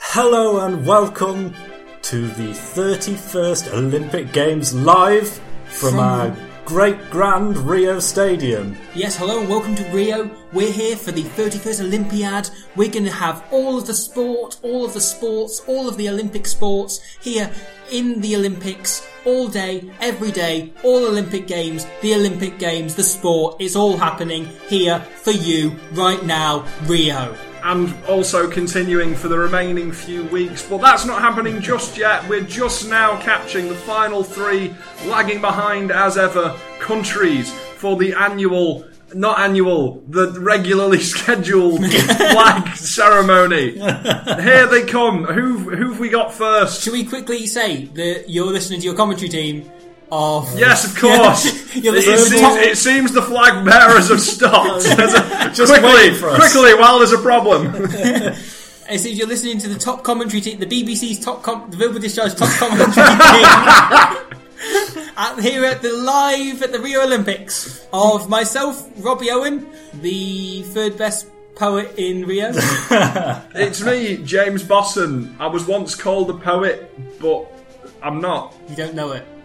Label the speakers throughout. Speaker 1: Hello and welcome to the 31st Olympic Games live from
Speaker 2: From-
Speaker 1: our great grand Rio Stadium.
Speaker 2: Yes, hello and welcome to Rio. We're here for the 31st Olympiad. We're going to have all of the sport, all of the sports, all of the Olympic sports here in the Olympics all day, every day, all Olympic Games, the Olympic Games, the sport. It's all happening here for you right now, Rio.
Speaker 3: and also continuing for the remaining few weeks. But that's not happening just yet. We're just now catching the final three, lagging behind as ever, countries for the annual. Not annual, the regularly scheduled flag ceremony. Here they come. Who who've we got first?
Speaker 2: Should we quickly say that you're listening to your commentary team of.
Speaker 3: Yes, of course.
Speaker 2: You're
Speaker 3: it,
Speaker 2: listening to
Speaker 3: seems,
Speaker 2: top-
Speaker 3: it seems the flag bearers have stopped. There's a-
Speaker 1: Just
Speaker 3: quickly,
Speaker 1: waiting for us.
Speaker 3: quickly, while there's a problem.
Speaker 2: As if you're listening to the top commentary team, the BBC's top com- the Verbal Discharge top commentary team. At, here at the live at the Rio Olympics of myself, Robbie Owen, the third best poet in Rio.
Speaker 3: It's me, James Bosson. I was once called a poet, but I'm not.
Speaker 2: you don't know it.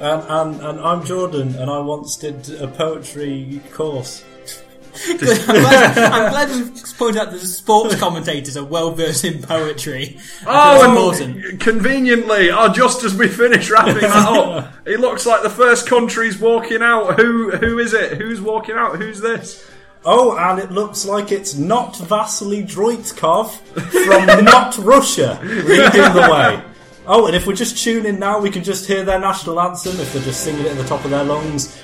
Speaker 1: And, and, and I'm Jordan, and I once did a poetry course.
Speaker 2: I'm glad, I'm glad we've pointed out that the sports commentators are well versed in poetry. I think
Speaker 3: Oh,
Speaker 2: it's important.
Speaker 3: and conveniently, oh, just as we finish wrapping that up, it looks like the first country's walking out. Who who is it? Who's walking out? Who's this?
Speaker 1: Oh, and it looks like it's not Vasily Droitkov from Not Russia leading the way. Oh, and if we just tune in now, we can just hear their national anthem if they're just singing it at the top of their lungs.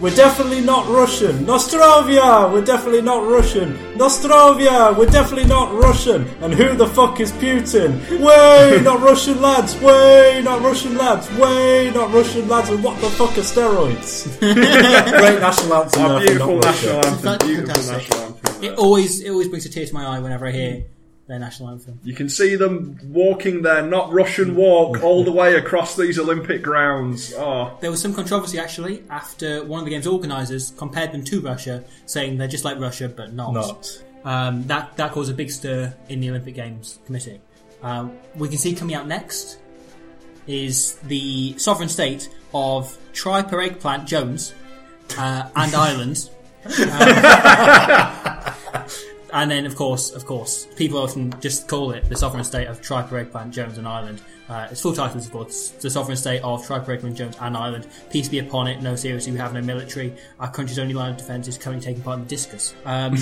Speaker 1: We're definitely not Russian. Nostrovia! We're definitely not Russian. Nostrovia! We're definitely not Russian. And who the fuck is Putin? Way not Russian lads! Way not Russian lads! Way not Russian lads! And what the fuck are steroids? Great national anthem. there
Speaker 3: Our
Speaker 1: for
Speaker 3: beautiful
Speaker 1: Not Russia.
Speaker 3: national anthem.
Speaker 2: That's
Speaker 3: Beautiful
Speaker 2: fantastic.
Speaker 3: national anthem.
Speaker 2: It always, it always brings a tear to my eye whenever I hear their national anthem.
Speaker 3: You can see them walking their not Russian walk all the way across these Olympic grounds. Oh,
Speaker 2: There was some controversy actually after one of the game's organisers compared them to Russia, saying they're just like Russia but not.
Speaker 1: Not.
Speaker 2: Um, that that caused a big stir in the Olympic Games Committee. Um, we can see coming out next is the sovereign state of Triper Eggplant Jones uh, and Ireland. Um, and then, of course, of course, people often just call it the sovereign state of Triper Eggplant Jones and Ireland. Uh, its full title is, of course, the sovereign state of Triper Eggplant Jones and Ireland. Peace be upon it. No, seriously, we have no military. Our country's only line of defence is currently taking part in the discus. Um,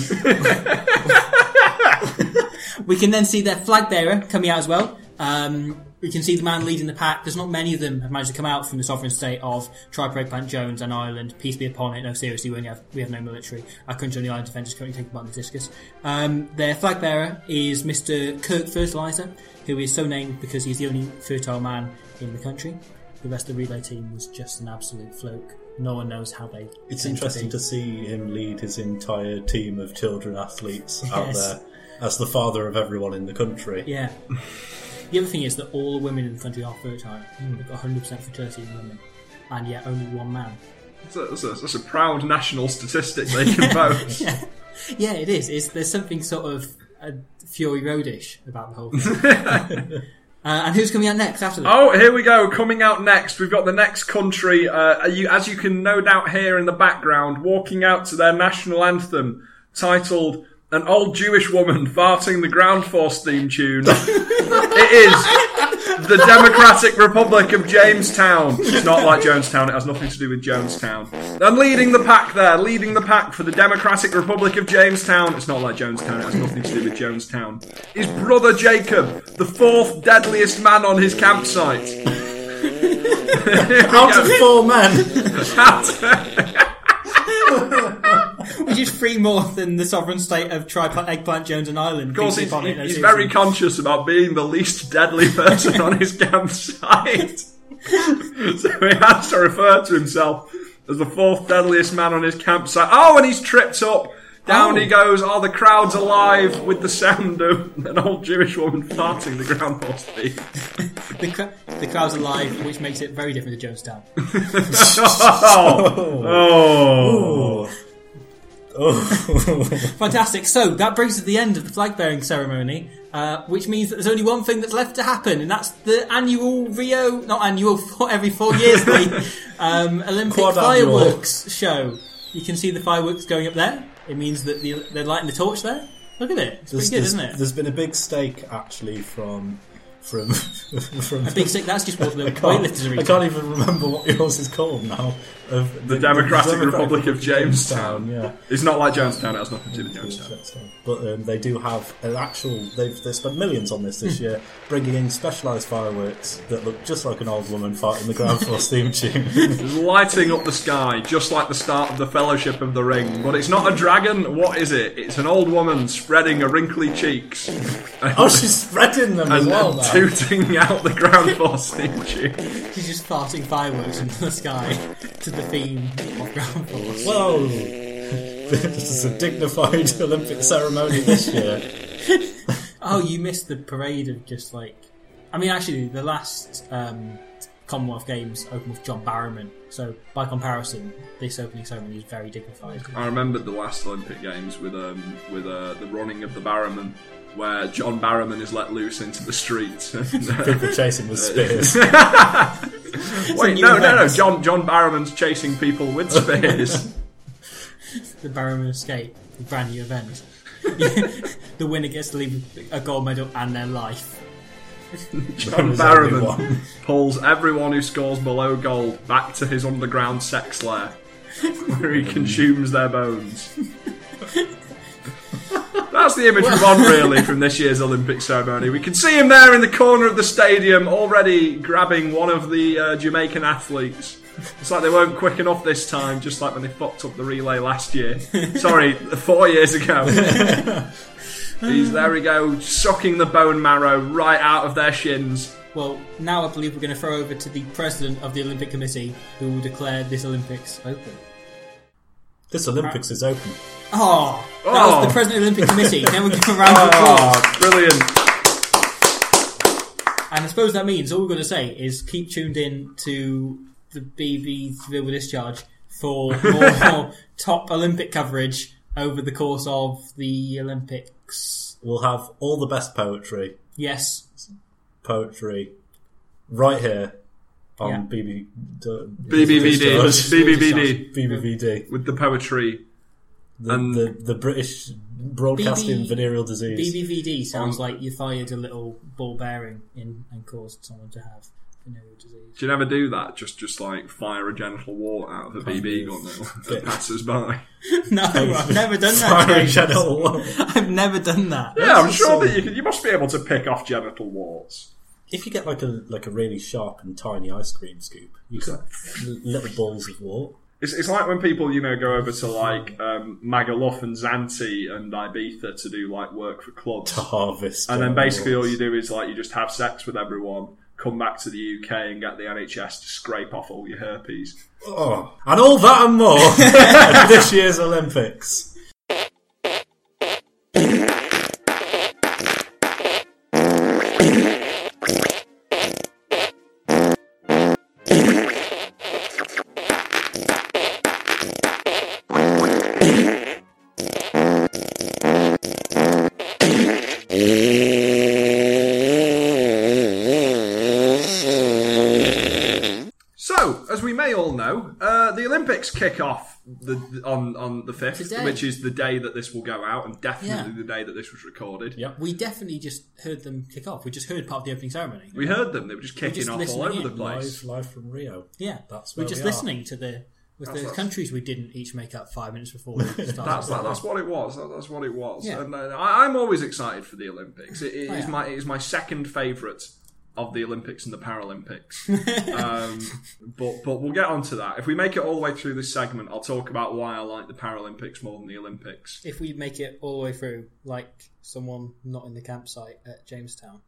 Speaker 2: we can then see their flag bearer coming out as well. Um, we can see the man leading the pack. There's not many of them have managed to come out from the sovereign state of Tripartite Plant Jones and Ireland. Peace be upon it. No, seriously, we, only have, we have no military. Our country on the island defence is currently taking part in the discus. Um, their flag bearer is Mr. Kirk Fertilizer, who is so named because he's the only fertile man in the country. The rest of the relay team was just an absolute fluke. No one knows how they.
Speaker 1: It's
Speaker 2: came
Speaker 1: interesting
Speaker 2: be.
Speaker 1: to see him lead his entire team of children athletes out
Speaker 2: Yes.
Speaker 1: there as the father of everyone in the country.
Speaker 2: Yeah. the other thing is that all the women in the country are fertile.
Speaker 3: Hmm.
Speaker 2: They've got 100% fertility in women, and yet only one man.
Speaker 3: that's a, that's a, that's a proud national statistic they can boast.
Speaker 2: Yeah, it is. It's, there's something sort of uh, Fury Roadish about the whole thing. uh, and who's coming out next after that?
Speaker 3: Oh, here we go. Coming out next, we've got the next country. Uh, you, as you can no doubt hear in the background, walking out to their national anthem, titled "An Old Jewish Woman Farting the Ground Force Theme Tune." it is the Democratic Republic of Jamestown. It's not like Jonestown. It has nothing to do with Jonestown. And leading the pack there, leading the pack for the Democratic Republic of Jamestown. It's not like Jonestown. It has nothing to do with Jonestown. Is brother Jacob, the fourth deadliest man on his campsite.
Speaker 1: Out of four men!
Speaker 2: Which is three more than the sovereign state of Triplant, Eggplant, Jones, and Ireland.
Speaker 3: Of course,
Speaker 2: Peace
Speaker 3: he's,
Speaker 2: be upon it, no,
Speaker 3: he's
Speaker 2: seriously.
Speaker 3: very conscious about being the least deadly person on his campsite. so he has to refer to himself as the fourth deadliest man on his campsite. Oh, and he's tripped up. Down
Speaker 2: Oh.
Speaker 3: he goes. Oh, the crowd's alive with the sound of an old Jewish woman farting the ground horse beat.
Speaker 2: The, cra- the crowd's alive, which makes it very different to Jonestown.
Speaker 3: Oh, oh.
Speaker 1: Oh. Oh.
Speaker 2: Fantastic. So that brings us to the end of the flag bearing ceremony, uh, which means that there's only one thing that's left to happen, and that's the annual Rio, not annual, for every four years, the um, Olympic
Speaker 1: Quad-annual.
Speaker 2: fireworks show. You can see the fireworks going up there. It means that the, they're lighting the torch there. Look at it. It's pretty good,
Speaker 1: there's,
Speaker 2: isn't it?
Speaker 1: there's been a big stake actually from from from
Speaker 2: A big stick. That's just what the
Speaker 1: I can't,
Speaker 2: weightlifters are
Speaker 1: I
Speaker 2: eating.
Speaker 1: can't even remember what yours is called now. Of
Speaker 3: The Democratic Republic of Jamestown.
Speaker 1: Yeah.
Speaker 3: It's not like Jonestown. It has nothing to do with Jonestown.
Speaker 1: But um, they do have an actual. They've they spent millions on this
Speaker 2: Hmm.
Speaker 1: this year, bringing in specialised fireworks that look just like an old woman fighting the ground force theme tune.
Speaker 3: Lighting up the sky, just like the start of the Fellowship of the Ring. But it's not a dragon. What is it? It's an old woman spreading her wrinkly cheeks and,
Speaker 1: oh, she's spreading them as
Speaker 3: and
Speaker 1: well. now.
Speaker 3: tooting out the ground force theme tune.
Speaker 2: She's just farting fireworks into the sky to the theme of Ground Force.
Speaker 1: Whoa! this is a dignified Olympic ceremony this year.
Speaker 2: Oh, you missed the parade of just like. I mean, actually, the last um, Commonwealth Games opened with John Barrowman, so by comparison, this opening ceremony is very dignified.
Speaker 3: I remembered the last Olympic Games with um with uh, the running of the Barrowman, where John Barrowman is let loose into the street.
Speaker 1: People chasing with spears.
Speaker 3: Wait,
Speaker 2: new
Speaker 3: no, no, no.
Speaker 2: event.
Speaker 3: John John Barrowman's chasing people with spears.
Speaker 2: The Barrowman Escape, a brand new event. the winner gets to leave a gold medal and their life.
Speaker 3: John
Speaker 1: There's only
Speaker 3: Barrowman
Speaker 1: one.
Speaker 3: pulls everyone who scores below gold back to his underground sex lair, where he consumes their bones. That's the image we want, really, from this year's Olympic ceremony. We can see him there in the corner of the stadium, already grabbing one of the uh, Jamaican athletes. It's like they weren't quick enough this time, just like when they fucked up the relay last year. Sorry, four years ago. He's there we go, sucking the bone marrow right out of their shins.
Speaker 2: Well, now I believe we're going to throw over to the president of the Olympic Committee, who will declare this Olympics open.
Speaker 1: This Olympics is open.
Speaker 2: Oh, that
Speaker 3: Oh.
Speaker 2: was the president of the Olympic Committee. Then we give a round of applause.
Speaker 3: Oh, brilliant.
Speaker 2: And I suppose that means all we're going to say is keep tuned in to the BB Civil Discharge for more top Olympic coverage over the course of the Olympics.
Speaker 1: We'll have all the best poetry,
Speaker 2: Yes,
Speaker 1: poetry, right here on
Speaker 2: Yeah.
Speaker 1: BB,
Speaker 3: BBVD. BBVD.
Speaker 1: BBVD,
Speaker 3: With the poetry.
Speaker 1: the,
Speaker 3: Um,
Speaker 1: the, the British Broadcasting
Speaker 2: BB
Speaker 1: Venereal Disease.
Speaker 2: BBVD sounds
Speaker 3: Um,
Speaker 2: like you fired a little ball bearing in and caused someone to have venereal disease.
Speaker 3: Do you never do that? Just just like fire a genital wart out of a BB gun that- that passes by.
Speaker 2: No, I've never done that.
Speaker 1: Sorry,
Speaker 2: James.
Speaker 1: Channel.
Speaker 2: I've never done that.
Speaker 3: Yeah, I'm
Speaker 1: That's
Speaker 3: sure
Speaker 1: awesome.
Speaker 3: that you can, you must be able to pick off genital warts.
Speaker 1: If you get like a like a really sharp and tiny ice cream scoop, you got little balls of wart.
Speaker 3: It's, it's like when people, you know, go over to like um, Magaluf and Zanti and Ibiza to do like work for clubs.
Speaker 1: to harvest.
Speaker 3: And then
Speaker 1: general
Speaker 3: basically all
Speaker 1: warts.
Speaker 3: you do is like you just have sex with everyone, come back to the UK and get the NHS to scrape off all your herpes.
Speaker 1: Oh. And all that and more at this year's Olympics.
Speaker 3: So, as we may all know, uh, the Olympics kick off the, on on the fifth,
Speaker 2: Today.
Speaker 3: which is the day that this will go out, and definitely
Speaker 2: Yeah.
Speaker 3: the day that this was recorded.
Speaker 1: Yep.
Speaker 2: We definitely just heard them kick off. We just heard part of the opening ceremony.
Speaker 3: We heard them; they were just kicking
Speaker 2: just
Speaker 3: off all
Speaker 2: listening
Speaker 3: over
Speaker 2: in
Speaker 3: the place.
Speaker 1: Live, live from Rio.
Speaker 2: Yeah,
Speaker 1: That's
Speaker 2: we're
Speaker 1: where
Speaker 2: just
Speaker 1: we are.
Speaker 2: listening to the with the countries we didn't each make up five minutes before we started.
Speaker 3: That's that, that's what it was. That, that's what it was.
Speaker 2: Yeah.
Speaker 3: And uh, I, I'm always excited for the Olympics. It, it
Speaker 2: Oh,
Speaker 3: is
Speaker 2: yeah.
Speaker 3: my it is my second favourite of the Olympics and the Paralympics. um, but but we'll get onto that. If we make it all the way through this segment, I'll talk about why I like the Paralympics more than the Olympics.
Speaker 2: if we make it all the way through, like someone not in the campsite at Jamestown.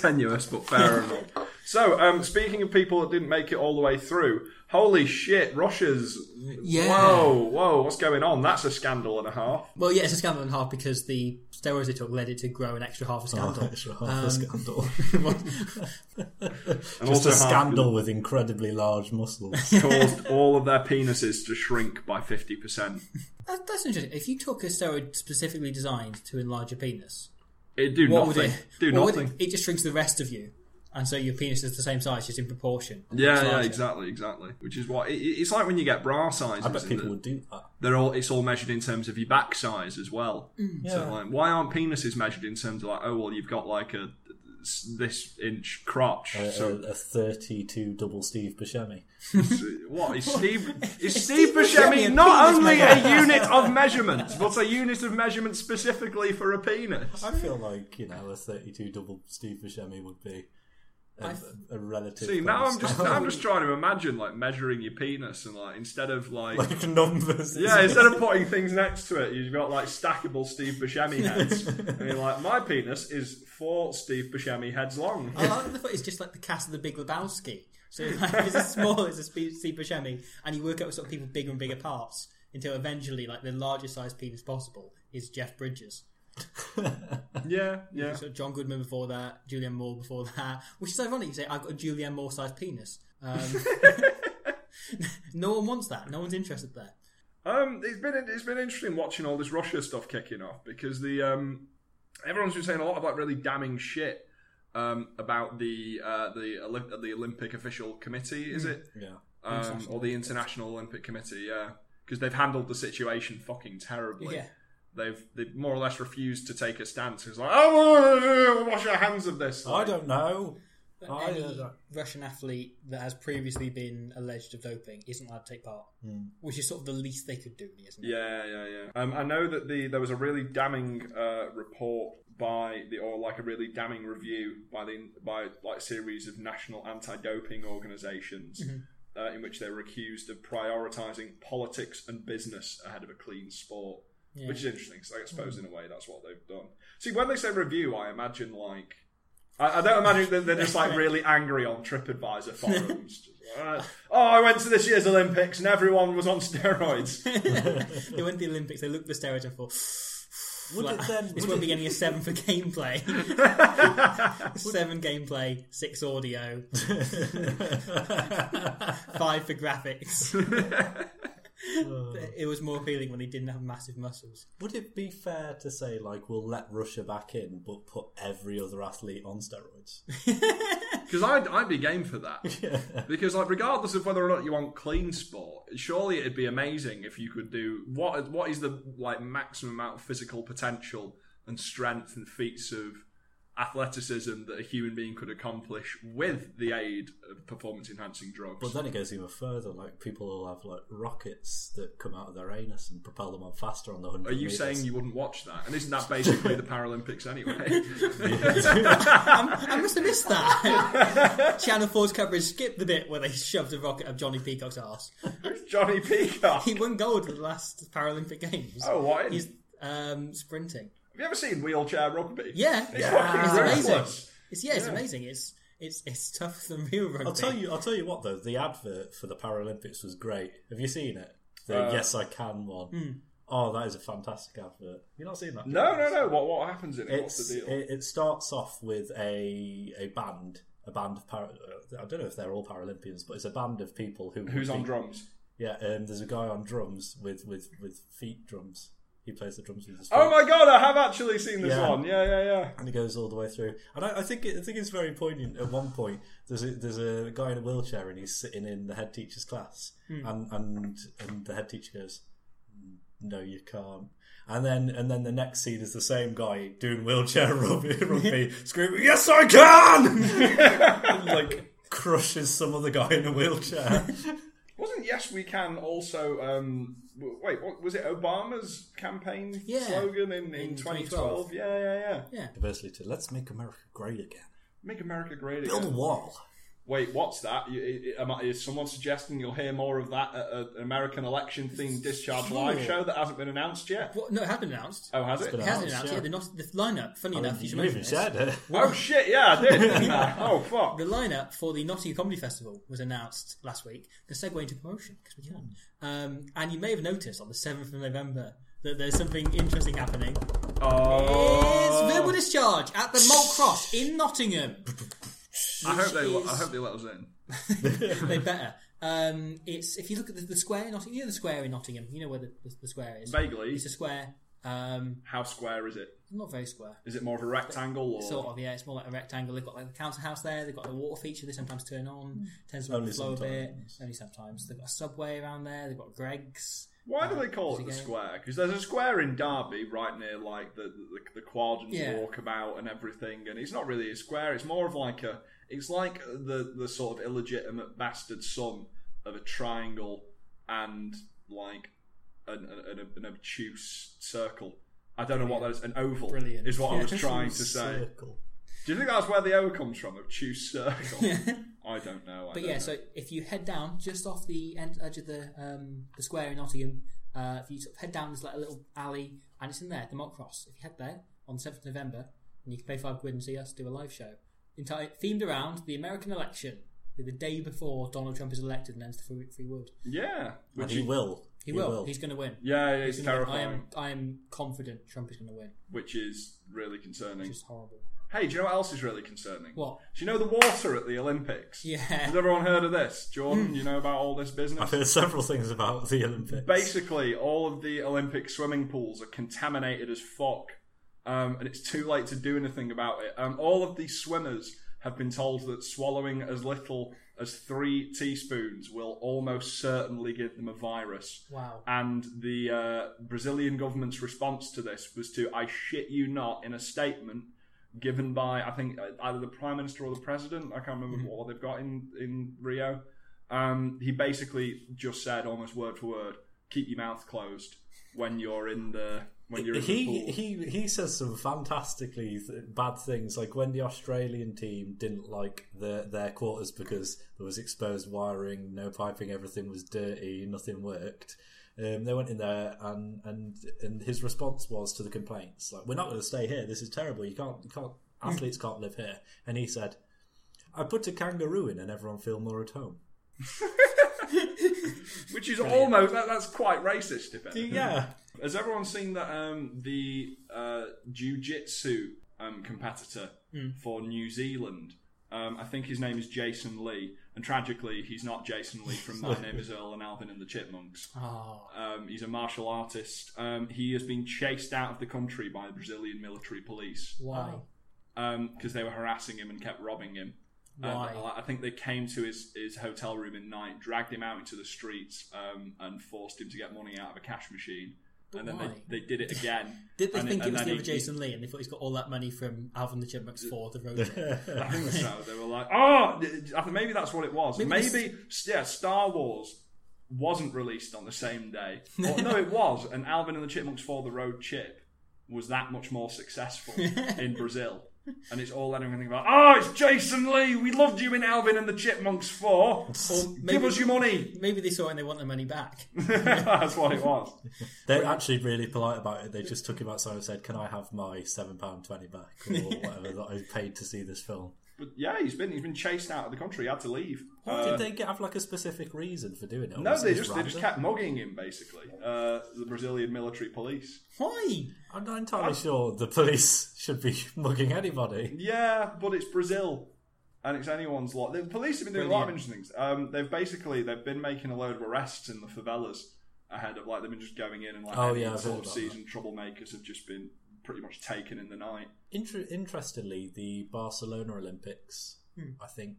Speaker 3: Tenuous, but fair enough. So, um, speaking of people that didn't make it all the way through, holy shit, Russia's.
Speaker 2: Yeah.
Speaker 3: Whoa, whoa, what's going on? That's a scandal and a half.
Speaker 2: Well, yeah, it's a scandal and a half because the steroids they took led it to grow an extra
Speaker 1: Oh,
Speaker 2: half a scandal.
Speaker 1: Extra half a scandal.
Speaker 3: And
Speaker 1: Just
Speaker 3: also
Speaker 1: a
Speaker 3: half
Speaker 1: scandal with incredibly large muscles.
Speaker 3: Caused all of their penises to shrink by 50%.
Speaker 2: That- that's interesting. If you took a steroid specifically designed to enlarge your penis,
Speaker 3: It'd do
Speaker 2: what would
Speaker 3: nothing.
Speaker 2: it
Speaker 3: do
Speaker 2: what would
Speaker 3: nothing.
Speaker 2: it, it just shrinks the rest of you, and so your penis is the same size, just in proportion.
Speaker 3: Yeah,
Speaker 2: It's
Speaker 3: yeah,
Speaker 2: larger.
Speaker 3: exactly, exactly. Which is what it, it- it's like when you get bra sizes.
Speaker 1: I bet
Speaker 3: and
Speaker 1: people
Speaker 3: they're-
Speaker 1: would do that.
Speaker 3: They're all it's all measured in terms of your back size as well. So
Speaker 1: Mm. Yeah.
Speaker 3: like, why aren't penises measured in terms of like, oh well, you've got like a this inch crotch.
Speaker 1: A,
Speaker 3: so
Speaker 1: a, a 32 double Steve Buscemi.
Speaker 3: What is Steve? Is
Speaker 2: Steve
Speaker 3: Steve
Speaker 2: Buscemi a
Speaker 3: Buscemi not
Speaker 2: penis
Speaker 3: only
Speaker 2: measure?
Speaker 3: a unit of measurement, but a unit of measurement specifically for a penis?
Speaker 1: I feel like, you know, a 32 double Steve Buscemi would be a, a relative.
Speaker 3: See, now I'm just
Speaker 1: constant.
Speaker 3: now I'm just trying to imagine like measuring your penis and like instead of like.
Speaker 1: Like numbers.
Speaker 3: yeah, instead of putting things next to it, you've got like stackable Steve Buscemi heads, and you're like, my penis is four Steve Buscemi heads long.
Speaker 2: I like the thought it's just like the cast of the Big Lebowski. So like, it's as small as a Spe- Steve Buscemi, and you work out sort of people bigger and bigger parts until eventually, like the largest sized penis possible is Jeff Bridges.
Speaker 3: Yeah, yeah.
Speaker 2: So John Goodman before that, Julianne Moore before that, which is ironic. You say I've got a Julianne Moore sized penis. Um, no one wants that. No one's interested there.
Speaker 3: Um, it's been it's been interesting watching all this Russia stuff kicking off because the um, everyone's been saying a lot of like really damning shit um, about the uh, the Olymp- the Olympic official committee. Is it?
Speaker 1: Yeah.
Speaker 3: um, or the International Olympic Committee, yeah, because they've handled the situation fucking terribly.
Speaker 2: Yeah.
Speaker 3: They've they more or less refused to take a stance. It's like, oh, wash your hands of this.
Speaker 1: I don't know. I,
Speaker 2: Any
Speaker 1: uh,
Speaker 2: Russian athlete that has previously been alleged of doping isn't allowed to take part, which is sort of the least they could do, really, isn't it?
Speaker 3: Hmm. Yeah, yeah, yeah. Um, I know that the there was a really damning uh, report by the or like a really damning review by the by like series of national anti-doping organizations
Speaker 2: Mm-hmm.
Speaker 3: uh, in which they were accused of prioritizing politics and business ahead of a clean sport, which is interesting because I suppose
Speaker 2: Mm-hmm.
Speaker 3: in a way that's what they've done. See, when they say review, I imagine like. I I don't imagine that they're just like really angry on TripAdvisor forums. Just like, oh, I went to this year's Olympics and everyone was on steroids.
Speaker 2: they went to the Olympics, they looked at the steroids and thought,
Speaker 1: Would
Speaker 2: like,
Speaker 1: it then-
Speaker 2: this
Speaker 1: would
Speaker 2: won't
Speaker 1: it-
Speaker 2: be getting a 7 for gameplay. 7 gameplay, 6 audio, 5 for graphics. it was more appealing when they didn't have massive muscles.
Speaker 1: Would it be fair to say, like, we'll let Russia back in, but put every other athlete on steroids?
Speaker 3: Because I'd, I'd be game for that. Because like, regardless of whether or not you want clean sport, surely it'd be amazing if you could do what what is the like maximum amount of physical potential and strength and feats of athleticism that a human being could accomplish with the aid of performance enhancing drugs.
Speaker 1: But then it goes even further. Like people will have like rockets that come out of their anus and propel them on faster on the hundred.
Speaker 3: are you saying you wouldn't watch that? And isn't that basically the Paralympics anyway?
Speaker 2: I must have missed that. Channel 4's coverage skipped the bit where they shoved a rocket up Johnny Peacock's arse.
Speaker 3: Johnny Peacock.
Speaker 2: He won gold at the last Paralympic Games.
Speaker 3: Oh, what?
Speaker 2: He's um, sprinting.
Speaker 3: Have you ever seen wheelchair rugby?
Speaker 2: Yeah,
Speaker 3: It's fucking
Speaker 2: it's amazing.
Speaker 3: ruthless.
Speaker 2: It's yeah, it's amazing. It's it's it's tough than real rugby.
Speaker 1: I'll tell you. I'll tell you what though. The advert for the Paralympics was great. Have you seen it?
Speaker 3: Uh,
Speaker 1: The Yes I Can one. Oh, that is a fantastic advert. You not seen that?
Speaker 3: No, no, no. What what happens in it? What's
Speaker 1: It's
Speaker 3: the deal?
Speaker 1: it, it starts off with a a band. A band of para- uh, I don't know if they're all Paralympians, but it's a band of people who
Speaker 3: Who's
Speaker 1: would
Speaker 3: on
Speaker 1: be-
Speaker 3: drums?
Speaker 1: Yeah, um, there's a guy on drums with with with feet drums. He plays the drums with his. feet.
Speaker 3: Oh my god, I have actually seen this
Speaker 1: Yeah.
Speaker 3: one. Yeah, yeah, yeah.
Speaker 1: and it goes all the way through. And I, I think it, I think it's very poignant. At one point, there's a, there's a guy in a wheelchair and he's sitting in the head teacher's class,
Speaker 3: Hmm.
Speaker 1: and and and the head teacher goes, "No, you can't." And then and then the next scene is the same guy doing wheelchair rugby, rugby screaming, "Yes, I can!" and, like crushes some other guy in a wheelchair.
Speaker 3: Wasn't Yes We Can also, um, w- wait, what, was it Obama's campaign
Speaker 2: Yeah.
Speaker 3: slogan in, in,
Speaker 2: In
Speaker 3: 2012? Yeah, yeah, yeah.
Speaker 2: yeah.
Speaker 1: Diversity to let's make America great again.
Speaker 3: Make America great
Speaker 1: Build a
Speaker 3: again.
Speaker 1: wall.
Speaker 3: wait, what's that? You- i- i- am I- Is someone suggesting you'll hear more of that at a- an American election themed discharge live
Speaker 2: Sure.
Speaker 3: show that hasn't been announced yet?
Speaker 2: Well, no, it has been announced.
Speaker 3: Oh, has it?
Speaker 1: been
Speaker 2: it has
Speaker 1: announced,
Speaker 2: been announced.
Speaker 1: yeah.
Speaker 2: Yeah, the, not, the lineup. Funny enough, you should
Speaker 1: You
Speaker 2: mention
Speaker 1: even
Speaker 2: this.
Speaker 1: said it.
Speaker 3: Oh shit! Yeah, I did. didn't I? oh fuck!
Speaker 2: The lineup for the Nottingham Comedy Festival was announced last week. The segue into promotion because we can. Um, and you may have noticed on the seventh of November that there's something interesting happening.
Speaker 3: Oh,
Speaker 2: It's verbal discharge at the Malt Cross in Nottingham.
Speaker 3: I hope they.
Speaker 2: is-
Speaker 3: I hope they let us in.
Speaker 2: they better. Um, it's if you look at the, the square in Nottingham, you know the square in Nottingham. You know where the, the, the square is.
Speaker 3: Vaguely,
Speaker 2: It's a square. Um,
Speaker 3: how square is it?
Speaker 2: not very square.
Speaker 3: Is it more of a rectangle or?
Speaker 2: Sort of, yeah. It's more like a rectangle. They've got like the council house there. They've got the water feature. They sometimes turn on. Tends to
Speaker 1: Hmm. Only
Speaker 2: flow a bit.
Speaker 1: sometimes.
Speaker 2: Only sometimes. They've got a subway around there. They've got Greg's.
Speaker 3: Why do they
Speaker 2: uh,
Speaker 3: call
Speaker 2: Is
Speaker 3: it
Speaker 2: it
Speaker 3: the
Speaker 2: gay?
Speaker 3: square? Because there's a square in Derby right near like the the, the quad and
Speaker 2: Yeah.
Speaker 3: walkabout and everything, and it's not really a square. It's more of like a it's like the the sort of illegitimate bastard son of a triangle and like an an, an, an obtuse circle. I don't know what that is. An oval
Speaker 2: Brilliant.
Speaker 3: is what I
Speaker 2: Yeah.
Speaker 3: was trying to say.
Speaker 1: Circle.
Speaker 3: Do you think that's where the O comes from? Obtuse circle. I don't know.
Speaker 2: But
Speaker 3: I don't
Speaker 2: yeah,
Speaker 3: know.
Speaker 2: so if you head down just off the end edge of the um, the square in Nottingham, uh, if you sort of head down, there's like a little alley, and it's in there, the Mock Cross. If you head there on the seventh of November, and you can pay five quid and see us do a live show, entire themed around the American election, the day before Donald Trump is elected and enters the free, free world.
Speaker 3: yeah,
Speaker 1: And
Speaker 3: which
Speaker 1: he
Speaker 3: is,
Speaker 1: will.
Speaker 2: He, will. He's going to win.
Speaker 3: yeah, yeah, it's
Speaker 2: He's gonna win.
Speaker 3: terrifying,
Speaker 2: I am. I am confident Trump is going to win.
Speaker 3: which is really concerning.
Speaker 2: It's horrible.
Speaker 3: Hey, do you know what else is really concerning?
Speaker 2: What?
Speaker 3: Do you know the water at the Olympics?
Speaker 2: Yeah. Mm.
Speaker 3: Has everyone heard of this? Jordan, you know about all this business?
Speaker 1: There's several things about the Olympics.
Speaker 3: Basically, all of the Olympic swimming pools are contaminated as fuck, um, and it's too late to do anything about it. Um, all of these swimmers have been told that swallowing as little as three teaspoons will almost certainly give them a virus.
Speaker 2: Wow.
Speaker 3: And the uh, Brazilian government's response to this was to, I shit you not, in a statement given by I think uh, either the prime minister or the president. I can't
Speaker 1: Mm-hmm.
Speaker 3: remember what they've got in in Rio. Um, he basically just said almost word for word, "Keep your mouth closed when you're in the when you're in the
Speaker 1: he
Speaker 3: pool."
Speaker 1: he he says some fantastically th- bad things, like when the Australian team didn't like the, their quarters because there was exposed wiring, no piping, everything was dirty, nothing worked. Um, they went in there, and, and and his response was to the complaints, like, "We're not going to stay here. This is terrible. You can't you can't
Speaker 3: Hmm.
Speaker 1: athletes can't live here." And he said, "I put a kangaroo in, and everyone feel more at home."
Speaker 3: Which is almost that, that's quite racist. If anything.
Speaker 1: Yeah.
Speaker 3: Has everyone seen that um, the uh, jiu-jitsu um, competitor for New Zealand? Um, I think his name is Jason Lee, and tragically, he's not Jason Lee from My Name Is Earl and Alvin and the Chipmunks.
Speaker 2: Oh,
Speaker 3: Um, he's a martial artist. Um, he has been chased out of the country by the Brazilian military police
Speaker 2: why?
Speaker 3: because um, they were harassing him and kept robbing him. Um,
Speaker 2: Why?
Speaker 3: I I think they came to his, his hotel room at night, dragged him out into the streets, um, and forced him to get money out of a cash machine. and then
Speaker 2: why?
Speaker 3: they, they did it again.
Speaker 2: Did they
Speaker 3: And
Speaker 2: think it,
Speaker 3: and
Speaker 2: was
Speaker 3: then
Speaker 2: the
Speaker 3: he-
Speaker 2: other Jason Lee, and they thought he's got all that money from Alvin the Chipmunks for the road? trip?
Speaker 3: I think so. They were like, oh, I think maybe that's what it was. Maybe,
Speaker 2: Maybe
Speaker 3: yeah, Star Wars wasn't released on the same day. Or, no, it was. And Alvin and the Chipmunks for the Road Chip was that much more successful in Brazil. And it's all anyone think about. Oh, it's Jason Lee. We loved you in Alvin and the Chipmunks 4. Give
Speaker 2: maybe-
Speaker 3: us your money.
Speaker 2: Maybe they saw it and they want their money back.
Speaker 3: That's what it was.
Speaker 1: They're actually really polite about it. They just took him outside and said, "Can I have my seven pound twenty back or whatever that I paid to see this film?"
Speaker 3: But yeah, he's been he's been chased out of the country. He had to leave.
Speaker 1: Why
Speaker 3: Uh,
Speaker 1: did they get, have like a specific reason for doing it? or
Speaker 3: no,
Speaker 1: was it
Speaker 3: they just they just
Speaker 1: random?
Speaker 3: kept mugging him basically. Uh, the Brazilian military police.
Speaker 2: Why?
Speaker 1: I'm not entirely sure the police should be mugging anybody.
Speaker 3: Yeah, but it's Brazil, and it's anyone's lot. The police have been doing a lot of
Speaker 2: Brilliant.
Speaker 3: interesting things. Um, they've basically they've been making a load of arrests in the favelas ahead of like they've been just going in and like
Speaker 1: Oh,
Speaker 3: any
Speaker 1: yeah, I've heard
Speaker 3: sort of
Speaker 1: about
Speaker 3: seasoned troublemakers have just been pretty much taken in the night.
Speaker 1: Inter- interestingly, the Barcelona Olympics,
Speaker 3: Hmm.
Speaker 1: I think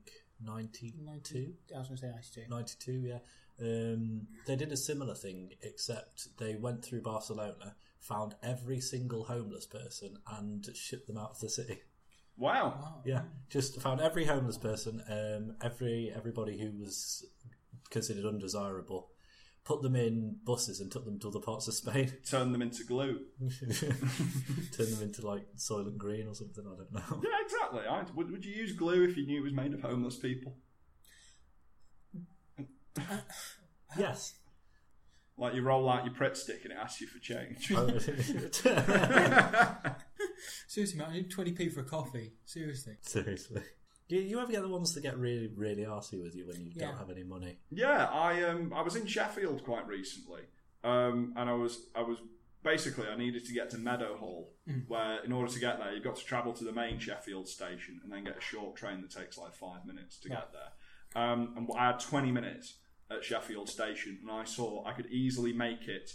Speaker 1: 92,
Speaker 2: I was going to say 92.
Speaker 1: 92, yeah. Um, they did a similar thing, except they went through Barcelona, found every single homeless person, and shipped them out of the city.
Speaker 2: Oh.
Speaker 3: Wow,
Speaker 1: Yeah, just found every homeless person, um, every everybody who was considered undesirable, put them in buses and took them to other parts of Spain,
Speaker 3: turn them into glue.
Speaker 1: turned them into like soylent green or something. I don't know.
Speaker 3: Yeah, exactly. I, would, would you use glue if you knew it was made of homeless people?
Speaker 1: Yes.
Speaker 3: Like you roll out your Pret stick and it asks you for change.
Speaker 2: Seriously, mate, I need 20p for a coffee. Seriously.
Speaker 1: Seriously. Do you ever get the ones that get really, really arsy with you when you
Speaker 2: Yeah.
Speaker 1: don't have any money?
Speaker 3: Yeah, I um I was in Sheffield quite recently, um, and I was I was basically I needed to get to Meadowhall, where in order to get there you've got to travel to the main Sheffield station and then get a short train that takes like five minutes to get there. Um, and I had twenty minutes at Sheffield station, and I saw I could easily make it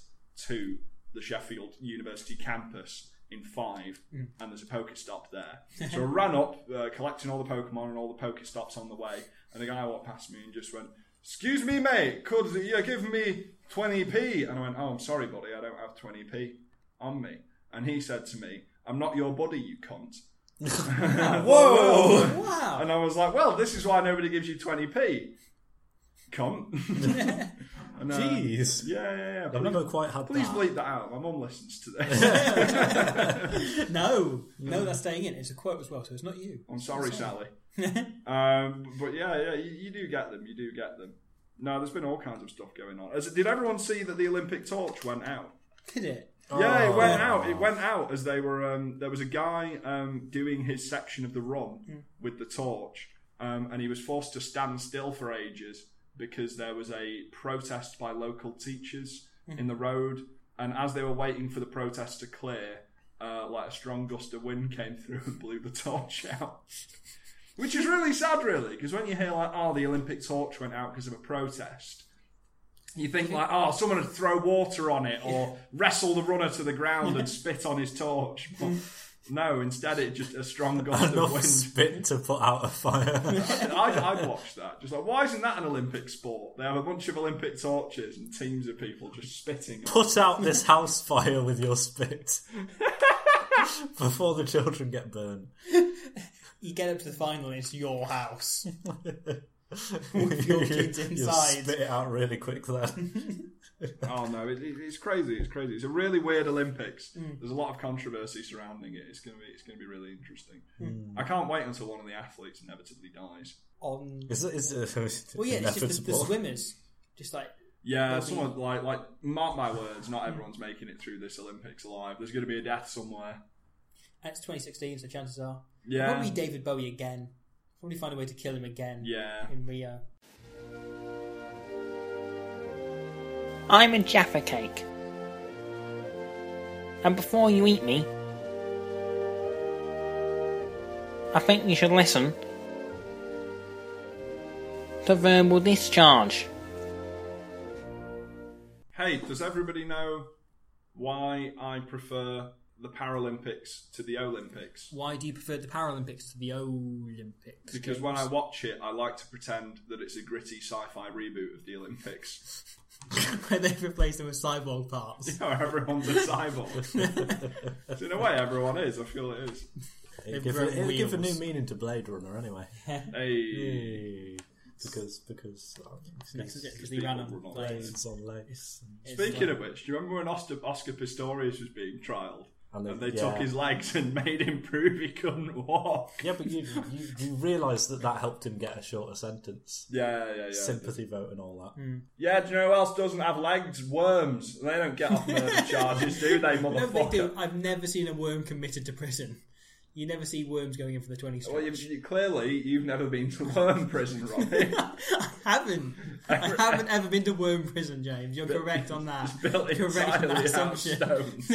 Speaker 3: to the Sheffield University campus in five, and there's a Pokestop there. So I ran up, uh, collecting all the Pokemon and all the Pokestops on the way, and the guy walked past me and just went, Excuse me, mate, could you give me 20p? And I went, Oh, I'm sorry, buddy, I don't have 20p on me. And he said to me, I'm not your buddy, you cunt. Whoa!
Speaker 2: Wow.
Speaker 3: And I was like, Well, this is why nobody gives you 20p. Cunt. And, uh,
Speaker 1: Jeez.
Speaker 3: Yeah, yeah, yeah.
Speaker 1: I've
Speaker 3: please-
Speaker 1: never quite had
Speaker 3: Please
Speaker 1: that.
Speaker 3: bleep that out. My mum listens to this.
Speaker 2: No,
Speaker 3: Mm.
Speaker 2: no, that's staying in. It's a quote as well, so it's not you.
Speaker 3: I'm sorry, Sally. um, but yeah, yeah, you, you do get them. You do get them. No, there's been all kinds of stuff going on. As, did everyone see that the Olympic torch went out?
Speaker 2: Did it?
Speaker 3: Yeah, it went
Speaker 1: Oh.
Speaker 3: out. It went out as they were. Um, there was a guy um, doing his section of the run with the torch, um, and he was forced to stand still for ages because there was a protest by local teachers in the road. And as they were waiting for the protest to clear, uh, like a strong gust of wind came through and blew the torch out. Which is really sad, really, because when you hear like, "Oh, the Olympic torch went out because of a protest," You think like, oh, someone would throw water on it or wrestle the runner to the ground and spit on his torch. But no, instead it just Mm. a strong gust of
Speaker 1: Enough
Speaker 3: wind.
Speaker 1: spit to put out a fire.
Speaker 3: I, I watched that. Just like, why isn't that an Olympic sport? They have a bunch of Olympic torches and teams of people just spitting.
Speaker 1: put out this house fire with your spit before the children get burned.
Speaker 2: You get up to the final, and it's your house.
Speaker 1: You'll
Speaker 2: kids inside.
Speaker 1: spit it out really quick then.
Speaker 3: Oh no, it, it, it's crazy. It's crazy. It's a really weird Olympics. There's a lot of controversy surrounding it. It's gonna be. It's gonna be really interesting. I can't wait until one of the athletes inevitably dies.
Speaker 2: On
Speaker 1: Is it, is it
Speaker 2: well, yeah, it's just the, the
Speaker 1: inevitable?
Speaker 2: swimmers, just like
Speaker 3: Yeah, someone like like mark my words, not everyone's making it through this Olympics alive. There's going to be a death somewhere.
Speaker 2: it's 2016, so chances are
Speaker 3: Yeah,
Speaker 2: probably David Bowie again. Probably find a way to kill him again.
Speaker 3: yeah.
Speaker 2: in Rio.
Speaker 4: I'm a Jaffa cake. And before you eat me, I think you should listen to verbal discharge.
Speaker 3: Hey, does everybody know why I prefer the Paralympics to the Olympics?
Speaker 2: Why do you prefer the Paralympics to the Olympics?
Speaker 3: Because when I watch it, I like to pretend that it's a gritty sci-fi reboot of the Olympics,
Speaker 2: where they replace them with cyborg parts,
Speaker 3: where everyone's a cyborg. so in a way, everyone is. I feel it is.
Speaker 1: It'd give, it, it'd give a new
Speaker 2: Wheels.
Speaker 1: meaning to Blade Runner anyway.
Speaker 3: Hey,
Speaker 1: Because because oh,
Speaker 2: because they ran on
Speaker 3: People
Speaker 2: blades.
Speaker 1: it's on legs. and-
Speaker 3: Speaking of which, do you remember when Oscar, Oscar Pistorius was being trialled? And
Speaker 1: And
Speaker 2: Uh,
Speaker 3: they,
Speaker 1: they-
Speaker 3: took
Speaker 1: yeah.
Speaker 3: his legs and made him prove he couldn't walk.
Speaker 1: Yeah, but you you, you realise that that helped him get a shorter sentence,
Speaker 3: Yeah, yeah, yeah.
Speaker 1: sympathy vote and all that.
Speaker 3: Yeah, do you know who else doesn't have legs? Worms. They don't get off murder charges, do they,
Speaker 2: No, they
Speaker 3: motherfucker?
Speaker 2: do. I've never seen a worm committed to prison. You never see worms going in for the 20
Speaker 3: Well,
Speaker 2: strike.
Speaker 3: you, you- clearly, you've never been to worm prison, Robbie.
Speaker 2: haven't. I haven't ever been to worm prison, James. You're correct on that.
Speaker 3: Built
Speaker 2: correct on
Speaker 3: entirely
Speaker 2: that
Speaker 3: out of
Speaker 2: assumption.
Speaker 3: stone.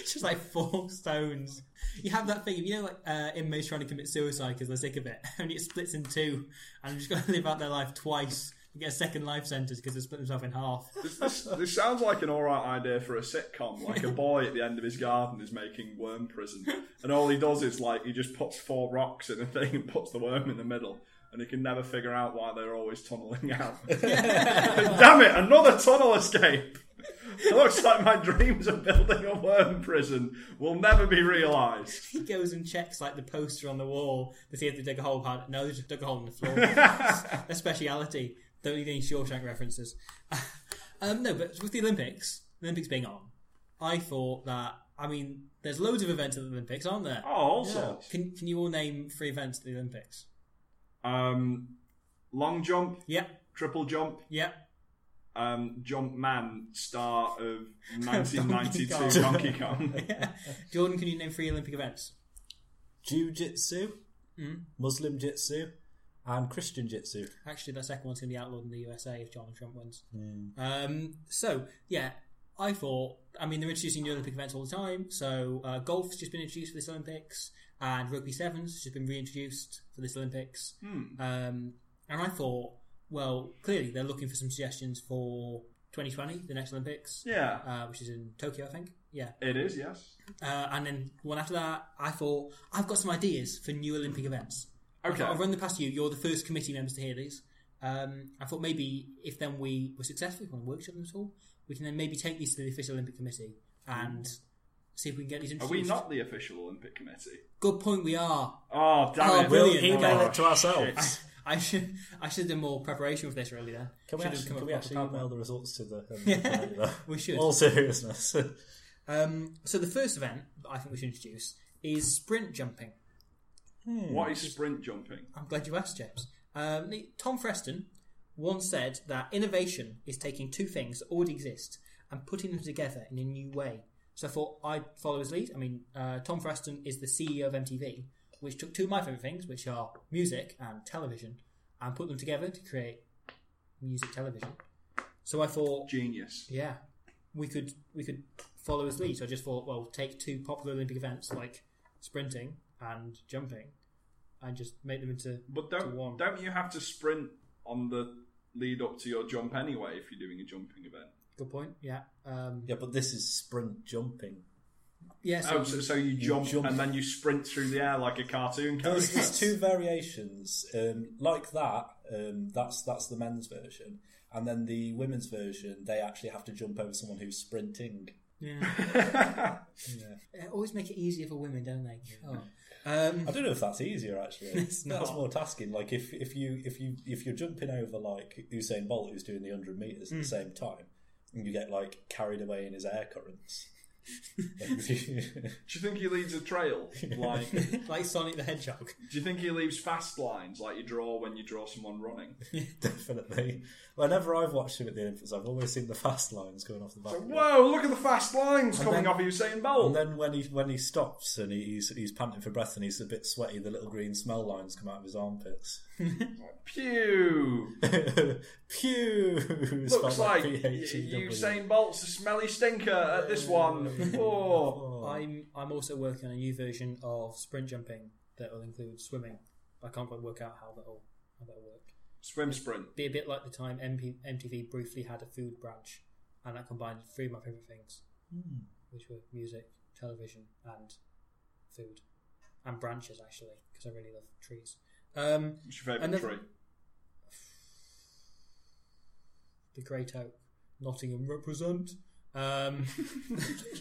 Speaker 2: it's just like four stones. You have that thing, you know, like uh, inmates trying to commit suicide because they're sick of it. Only it splits in two, and they're just going to live out their life twice and get a second life sentence because they split themselves in half.
Speaker 3: This, this, this sounds like an alright idea for a sitcom. Like a boy at the end of his garden is making worm prison, and all he does is like he just puts four rocks in a thing and puts the worm in the middle, and he can never figure out why they're always tunneling out. Damn it! Another tunnel escape. It looks like my dreams of building a worm prison will never be realised.
Speaker 2: He goes and checks like the poster on the wall to see if they dig a hole. Pad. No, they just dug a hole in the floor. Their speciality. Don't need any Shawshank references. um, no, but with the Olympics, the Olympics being on, I thought that. I mean, there's loads of events at the Olympics, aren't there?
Speaker 3: Oh, all sorts.
Speaker 2: Can Can you all name three events at the Olympics?
Speaker 3: Um, long jump,
Speaker 2: Yeah,
Speaker 3: Triple Jump.
Speaker 2: Yep.
Speaker 3: Um, Jump Man, star of 1992
Speaker 2: Donkey Kong.
Speaker 3: Donkey Kong.
Speaker 2: Jordan, can you name three Olympic events?
Speaker 1: Jiu Jitsu, Hmm? Muslim Jitsu, and Christian Jitsu.
Speaker 2: Actually, that second one's going to be outlawed in the USA if Donald Trump wins. Um, so, yeah, I thought, I mean, they're introducing new Olympic events all the time. So, uh, golf's just been introduced for this Olympics, and rugby sevens has just been reintroduced for this Olympics. Um, and I thought, well, clearly they're looking for some suggestions for 2020, the next Olympics,
Speaker 3: yeah.
Speaker 2: uh, which is in Tokyo, I think. Yeah.
Speaker 3: It is, yes.
Speaker 2: Uh, and then one after that, I thought, I've got some ideas for new Olympic events.
Speaker 3: Okay.
Speaker 2: I'll run them past you. You're the first committee members to hear these. Um, I thought maybe if then we were successful, if we want to workshop them at all, we can then maybe take these to the official Olympic Committee and see if we can get these
Speaker 3: Are
Speaker 2: introduced.
Speaker 3: we not the official Olympic committee?
Speaker 2: Good point, we are.
Speaker 3: Oh, damn
Speaker 2: Oh,
Speaker 3: it.
Speaker 2: brilliant.
Speaker 1: We'll email it to ourselves.
Speaker 3: shit.
Speaker 2: I should I should have done more preparation with this really then.
Speaker 1: Can we
Speaker 2: Should have
Speaker 1: actually,
Speaker 2: come up
Speaker 1: can we
Speaker 2: with a
Speaker 1: actually
Speaker 2: proper
Speaker 1: email the results to the?
Speaker 2: We should.
Speaker 1: All seriousness.
Speaker 2: Um, so the first event that I think we should introduce is sprint jumping. Hmm.
Speaker 3: What is sprint jumping?
Speaker 2: I'm glad you asked, James. Um, the- Tom Freston once said that innovation is taking two things that already exist and putting them together in a new way. So I thought I'd follow his lead. I mean, uh, Tom Freston is the CEO of MTV, which took two of my favourite things, which are music and television, and put them together to create music television. So I thought,
Speaker 3: Genius.
Speaker 2: yeah, we could we could follow his lead. So I just thought, well, take two popular Olympic events like sprinting and jumping, and just make them into
Speaker 3: But
Speaker 2: to one.
Speaker 3: don't don't you have to sprint on the lead up to your jump anyway if you're doing a jumping event?
Speaker 2: Good point. Yeah. Um,
Speaker 1: yeah, but this is sprint jumping.
Speaker 2: yeah. So,
Speaker 3: Oh, so, so you jump,
Speaker 1: jump.
Speaker 3: and then you sprint through the air like a cartoon
Speaker 1: There's,
Speaker 3: character.
Speaker 1: there's two variations um, like that. Um, that's that's the men's version, and then the women's version. They actually have to jump over someone who's sprinting.
Speaker 2: yeah. They always make it easier for women, don't they? Oh. Um,
Speaker 1: I don't know if that's easier actually.
Speaker 2: It's
Speaker 1: That's
Speaker 2: not.
Speaker 1: more tasking. Like if, if you if you if you're jumping over like Usain Bolt who's doing the hundred meters
Speaker 2: Hmm.
Speaker 1: at the same time, and you get like carried away in his air currents.
Speaker 3: Do you think he leaves a trail? Like, do
Speaker 2: like Sonic the Hedgehog.
Speaker 3: you think he leaves fast lines like you draw when you draw someone running?
Speaker 1: Definitely. Whenever I've watched him at the Olympics, I've always seen the fast lines going off the back. of him.
Speaker 3: Whoa! Look at the fast lines coming
Speaker 1: then-
Speaker 3: off of Usain
Speaker 1: And
Speaker 3: Bolt.
Speaker 1: then when he when he stops and he- he's he's panting for breath and he's a bit sweaty, the little green smell lines come out of his armpits.
Speaker 3: Pew!
Speaker 1: Pew.
Speaker 3: Looks
Speaker 1: Spelled
Speaker 3: like y-
Speaker 1: P-H-E-W.
Speaker 3: Usain Bolt's a smelly stinker at this one. Oh.
Speaker 2: I'm I'm also working on a new version of sprint jumping that will include swimming. I can't quite work out how that'll how that'll work.
Speaker 3: Swim sprint.
Speaker 2: Be a bit like the time MP, MTV briefly had a food branch, and that combined three of my favorite things,
Speaker 1: Hmm.
Speaker 2: which were music, television, and food, and branches actually, because I really love trees. Um,
Speaker 3: What's your favourite
Speaker 2: Another-
Speaker 3: tree?
Speaker 2: the Great Oak, Nottingham represent. Um,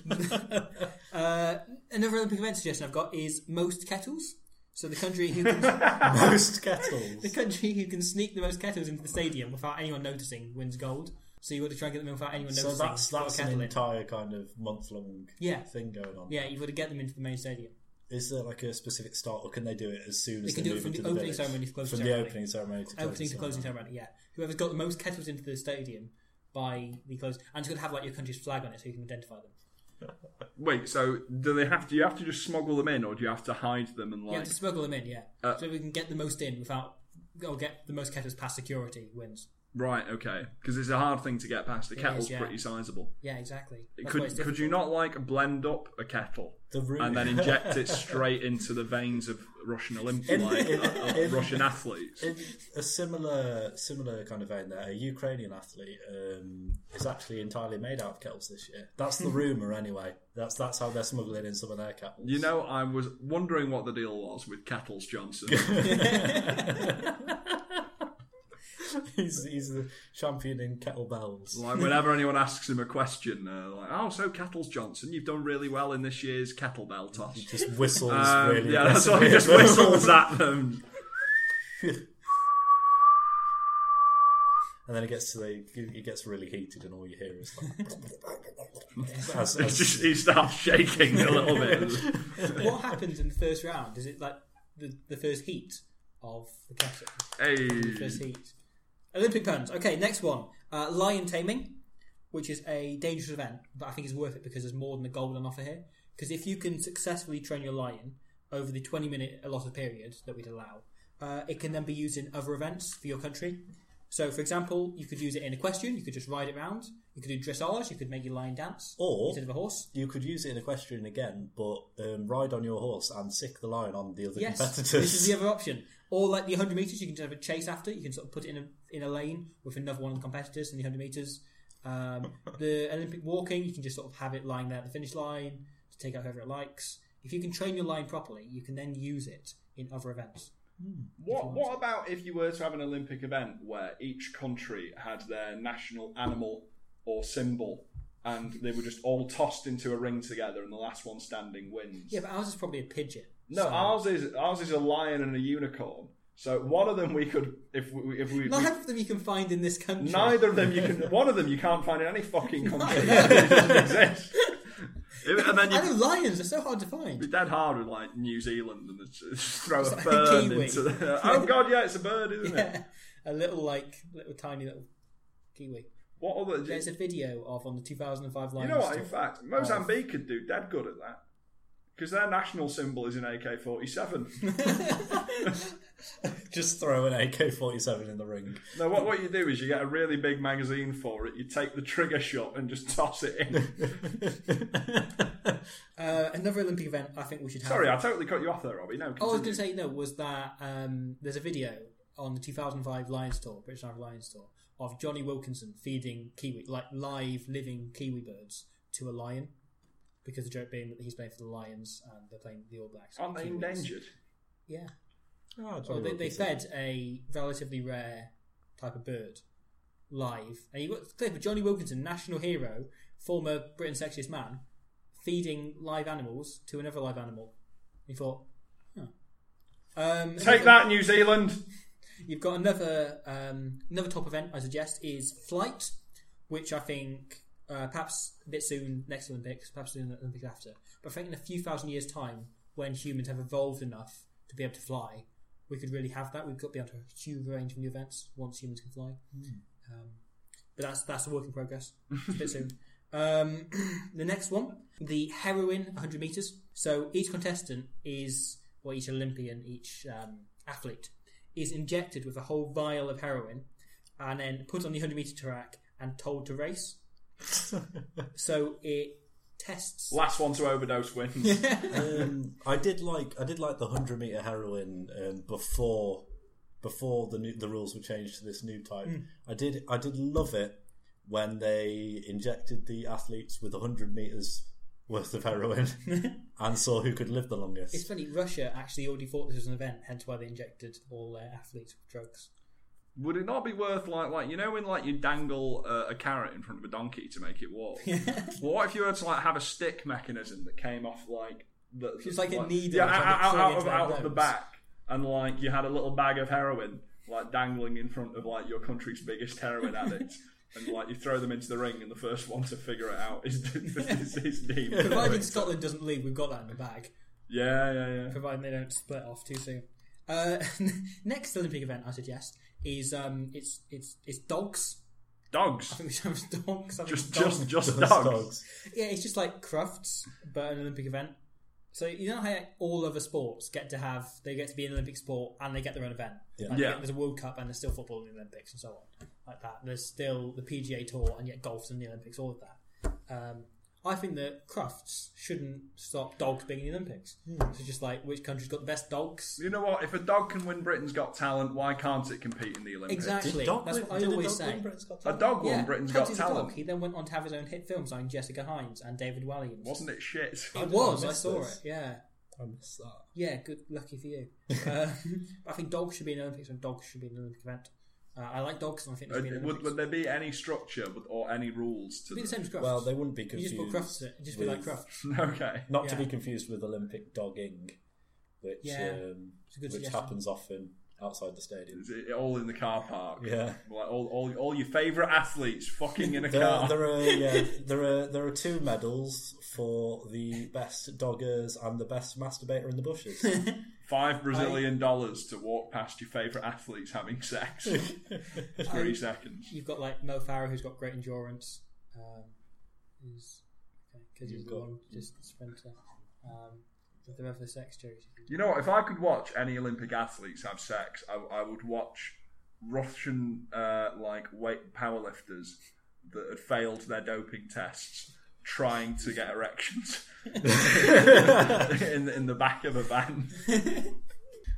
Speaker 2: uh, another Olympic event suggestion I've got is most kettles. So the country who can,
Speaker 1: Most
Speaker 2: the
Speaker 1: kettles.
Speaker 2: country who can sneak the most kettles into the stadium without anyone noticing wins gold. So you want to try and get them in without anyone
Speaker 1: So
Speaker 2: noticing.
Speaker 1: that's
Speaker 2: Put a
Speaker 1: that's
Speaker 2: kettle
Speaker 1: an
Speaker 2: in.
Speaker 1: entire kind of month long
Speaker 2: Yeah.
Speaker 1: thing going on.
Speaker 2: Yeah, you've got to get them into the main stadium.
Speaker 1: Is there like a specific start, or can they do it as soon as
Speaker 2: can
Speaker 1: they
Speaker 2: do
Speaker 1: move
Speaker 2: it from
Speaker 1: into
Speaker 2: the opening
Speaker 1: village?
Speaker 2: ceremony to closing
Speaker 1: from
Speaker 2: ceremony.
Speaker 1: the opening ceremony to
Speaker 2: Opening to
Speaker 1: closing
Speaker 2: closing ceremony, yeah. Whoever's got the most kettles into the stadium by the close, and it's going to have like your country's flag on it so you can identify them.
Speaker 3: Wait, so do they have to? You have to just smuggle them in, or do you have to hide them and
Speaker 2: You
Speaker 3: like? uh,
Speaker 2: have to smuggle them in, yeah. so we can get the most in without, or get the most kettles past security wins.
Speaker 3: Right, okay, because it's a hard thing to get past. The kettle's
Speaker 2: is, yeah.
Speaker 3: pretty sizable.
Speaker 2: Yeah, exactly. That's why
Speaker 3: Could
Speaker 2: it's
Speaker 3: could you
Speaker 2: difficult.
Speaker 3: not like blend up a kettle
Speaker 1: The root.
Speaker 3: and then inject it straight into the veins of Russian Olympic like, uh, uh, Russian athletes?
Speaker 1: In a similar similar kind of vein there, a Ukrainian athlete um, is actually entirely made out of kettles this year. That's the rumour anyway. That's that's how they're smuggling in some of their kettles.
Speaker 3: You know, I was wondering what the deal was with Kettles Johnson.
Speaker 1: he's, he's the champion in kettlebells.
Speaker 3: like whenever anyone asks him a question, uh, like, "Oh, so Kettles Johnson, you've done really well in this year's kettlebell toss."
Speaker 1: Just whistles
Speaker 3: Um,
Speaker 1: really
Speaker 3: yeah, that's why
Speaker 1: aggressively.
Speaker 3: he just whistles at them.
Speaker 1: And then it gets to the it gets really heated and all you hear is like as,
Speaker 3: It's
Speaker 1: as-
Speaker 3: just he starts shaking a little bit.
Speaker 2: What happens in the first round? Is it like the, the first heat of the kettle?
Speaker 3: Hey,
Speaker 2: First heat. Olympic puns. Okay, next one. Uh, lion taming, which is a dangerous event, but I think is worth it because there's more than a gold on offer here. Because if you can successfully train your lion over the 20 minute allotted period that we'd allow, uh, it can then be used in other events for your country. So, for example, you could use it in equestrian. You could just ride it round. You could do dressage. You could make your lion dance
Speaker 1: Or-
Speaker 2: instead of a horse.
Speaker 1: You could use it in equestrian again, but um, ride on your horse and sick the lion on the other
Speaker 2: Yes,
Speaker 1: competitors.
Speaker 2: this is the other option. Or like the 100 meters, you can just have a chase after. You can sort of put it in a, in a lane with another one of the competitors in the 100 meters. Um, the Olympic walking, you can just sort of have it lying there at the finish line to take out whoever it likes. If you can train your line properly, you can then use it in other events.
Speaker 3: What What about if you were to have an Olympic event where each country had their national animal or symbol, and they were just all tossed into a ring together, and the last one standing wins?
Speaker 2: Yeah, but ours is probably a pigeon.
Speaker 3: no,
Speaker 2: So-
Speaker 3: ours is ours is a lion and a unicorn. So one of them we could, if we, if we,
Speaker 2: Not half of them you can find in this country.
Speaker 3: neither of them you can, one of them you can't find in any fucking country. it doesn't exist. and then
Speaker 2: I know
Speaker 3: you.
Speaker 2: lions are so hard to find.
Speaker 3: Dead hard with like New Zealand and just- just throw a
Speaker 2: like a
Speaker 3: bird
Speaker 2: kiwi.
Speaker 3: into the. Oh god, yeah, it's a bird, isn't it?
Speaker 2: Yeah, a little like little tiny little kiwi.
Speaker 3: What other?
Speaker 2: There's a video of on the 2005 lion.
Speaker 3: You know what? In fact,
Speaker 2: Oh.
Speaker 3: Mozambique could do dead good at that because their national symbol is an AK-47.
Speaker 1: Just throw an AK 47 in the ring.
Speaker 3: now, what what you do is you get a really big magazine for it. You take the trigger shot and just toss it in.
Speaker 2: Uh, another Olympic event I think we should have.
Speaker 3: Sorry, I totally cut you off there, Robbie. No,
Speaker 2: Oh, I was
Speaker 3: continue.
Speaker 2: going to say no. Was that um, there's a video on the 2005 Lions Tour, British Isles Lions Tour, of Johnny Wilkinson feeding kiwi, like live living kiwi birds to a lion, because the joke being that he's playing for the Lions and they're playing the All Blacks.
Speaker 3: aren't they
Speaker 2: Kiwis.
Speaker 3: endangered?
Speaker 2: Yeah.
Speaker 1: Oh,
Speaker 2: Well, they, they
Speaker 1: Wilkinson.
Speaker 2: fed a relatively rare type of bird live, and you got a clip of Johnny Wilkinson, national hero, former Britain's sexiest man, feeding live animals to another live animal. You thought, huh. um,
Speaker 3: Take that, New Zealand.
Speaker 2: You've got another um, another top event I suggest is flight, which I think uh, perhaps a bit soon next Olympics, perhaps soon the Olympics after. But I think in a few thousand years' time, when humans have evolved enough to be able to fly, we could really have that. We've got to be able to have a huge range of new events once humans can fly. Um, but that's that's a work in progress. It's a bit soon. Um, the next one, the heroin 100 meters. So each contestant is, or each Olympian, each um, athlete is injected with a whole vial of heroin and then put on the 100 meter track and told to race. so it tests.
Speaker 3: Last one to overdose wins.
Speaker 1: Um, I did like I did like the hundred meter heroin um, before before the new, the rules were changed to this new type. I did I did love it when they injected the athletes with hundred meters worth of heroin and saw who could live the longest.
Speaker 2: It's funny, Russia actually already thought this was an event, hence why they injected all their athletes with drugs.
Speaker 3: Would it not be worth like like you know when like you dangle uh, a carrot in front of a donkey to make it walk? well, what if you were to like have a stick mechanism that came off like the,
Speaker 2: It's like a needle
Speaker 3: yeah,
Speaker 2: trying to
Speaker 3: out, out,
Speaker 2: throw
Speaker 3: out
Speaker 2: it
Speaker 3: of,
Speaker 2: down
Speaker 3: out of the
Speaker 2: roads.
Speaker 3: back, and like you had a little bag of heroin like dangling in front of like your country's biggest heroin addict. And like you throw them into the ring, and the first one to figure it out is is, is deemed.
Speaker 2: Provided Scotland doesn't leave, we've got that in the bag.
Speaker 3: Yeah, yeah, yeah.
Speaker 2: providing they don't split off too soon. Uh, next Olympic event I suggest is um, it's it's it's dogs.
Speaker 3: Dogs,
Speaker 2: I think we should have dogs. I think
Speaker 3: just
Speaker 2: dogs.
Speaker 3: just just
Speaker 1: Those
Speaker 3: dogs.
Speaker 2: yeah, it's just like crufts, but an Olympic event. So you know how all other sports get to have they get to be an Olympic sport and they get their own event.
Speaker 1: Yeah.
Speaker 2: Like,
Speaker 3: Yeah.
Speaker 2: There's a World Cup and there's still football in the Olympics and so on like that. There's still the PGA Tour and yet golf's in the Olympics. All of that. Um, I think that crufts shouldn't stop dogs being in the Olympics.
Speaker 1: Hmm.
Speaker 2: So just like which country's got the best dogs.
Speaker 3: You know what? If a dog can win Britain's Got Talent, why can't it compete in the Olympics?
Speaker 2: Exactly.
Speaker 1: Did Doc
Speaker 2: That's
Speaker 1: win-
Speaker 2: what I
Speaker 1: did a
Speaker 2: always
Speaker 1: dog win
Speaker 2: say.
Speaker 1: Britain's Got
Speaker 3: A
Speaker 1: Talent?
Speaker 3: dog won Britain's Got
Speaker 2: Hudson's
Speaker 3: Talent.
Speaker 2: Dog, He then went on to have his own hit films like Jessica Hines and David Walliams.
Speaker 3: Wasn't it shit? Uh,
Speaker 2: It was.
Speaker 1: I
Speaker 2: I,
Speaker 1: missed
Speaker 2: saw
Speaker 1: this.
Speaker 2: it. Yeah.
Speaker 1: I miss that.
Speaker 2: Yeah. Good. Lucky for you. um, I think dogs should be in the Olympics, and dogs should be in the Olympic event. Uh, I like dogs, and I think they should be in the
Speaker 3: Would,
Speaker 2: Olympics.
Speaker 3: would there be any structure with, or any rules to
Speaker 2: It'd be the
Speaker 3: this?
Speaker 2: same as Crufts.
Speaker 1: Well, they wouldn't be
Speaker 2: you
Speaker 1: confused.
Speaker 2: just put Crufts in it. It'd just be
Speaker 1: with-
Speaker 2: like Crufts.
Speaker 3: Okay.
Speaker 1: Not to
Speaker 2: Yeah.
Speaker 1: be confused with Olympic dogging, which
Speaker 2: Yeah.
Speaker 1: um,
Speaker 2: a good
Speaker 1: which
Speaker 2: suggestion.
Speaker 1: happens often. outside the stadium.
Speaker 3: Is it all in the car park?
Speaker 1: Yeah.
Speaker 3: Like all, all, all your favourite athletes fucking in a
Speaker 1: There,
Speaker 3: car.
Speaker 1: are- there are yeah, there are there are two medals for the best doggers and the best masturbator in the bushes.
Speaker 3: Five Brazilian dollars to walk past your favourite athletes having sex. Three seconds.
Speaker 2: You've got like Mo Farah, who's got great endurance. Um, is because he's
Speaker 1: You've
Speaker 2: the
Speaker 1: got-
Speaker 2: long distance sprinter. Um, but the rest of the sex charities.
Speaker 3: You know what? If I could watch any Olympic athletes have sex, I, I would watch Russian uh, like weight powerlifters that had failed their doping tests trying to get erections in, in the back of a van.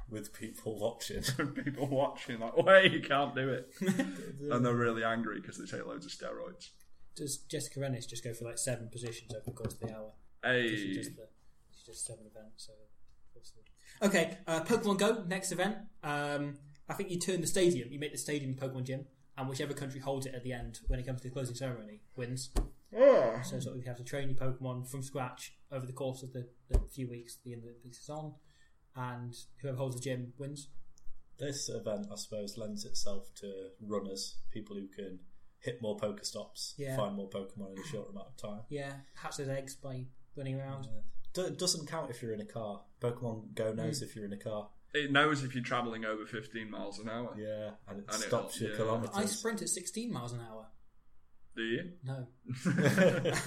Speaker 1: with people watching.
Speaker 3: people watching like, wait, you can't do it. and they're really angry because they take loads of steroids.
Speaker 2: Does Jessica Rennis just go for like seven positions over the course of the hour? She
Speaker 3: Hey,
Speaker 2: does the, she does seven events. So awesome. okay, uh, Pokemon Go next event. Um, I think you turn the stadium. You make the stadium Pokemon Gym, and whichever country holds it at the end when it comes to the closing ceremony wins.
Speaker 3: Oh.
Speaker 2: So sort of you have to train your Pokemon from scratch over the course of the, the few weeks the end that this is on, and whoever holds the gym wins.
Speaker 1: This event, I suppose, lends itself to runners, people who can hit more Pokestops,
Speaker 2: Yeah.
Speaker 1: find more Pokemon in a short amount of time.
Speaker 2: Yeah, hatch those eggs by running around.
Speaker 1: Do- doesn't count if you're in a car. Pokemon Go
Speaker 2: Mm.
Speaker 1: knows if you're in a car.
Speaker 3: it knows if you're traveling over 15 miles an hour.
Speaker 1: Yeah, and it
Speaker 3: And it
Speaker 1: stops
Speaker 3: helps,
Speaker 1: your
Speaker 3: yeah.
Speaker 1: kilometres.
Speaker 2: I sprint at 16 miles an hour.
Speaker 3: Do you?
Speaker 2: No.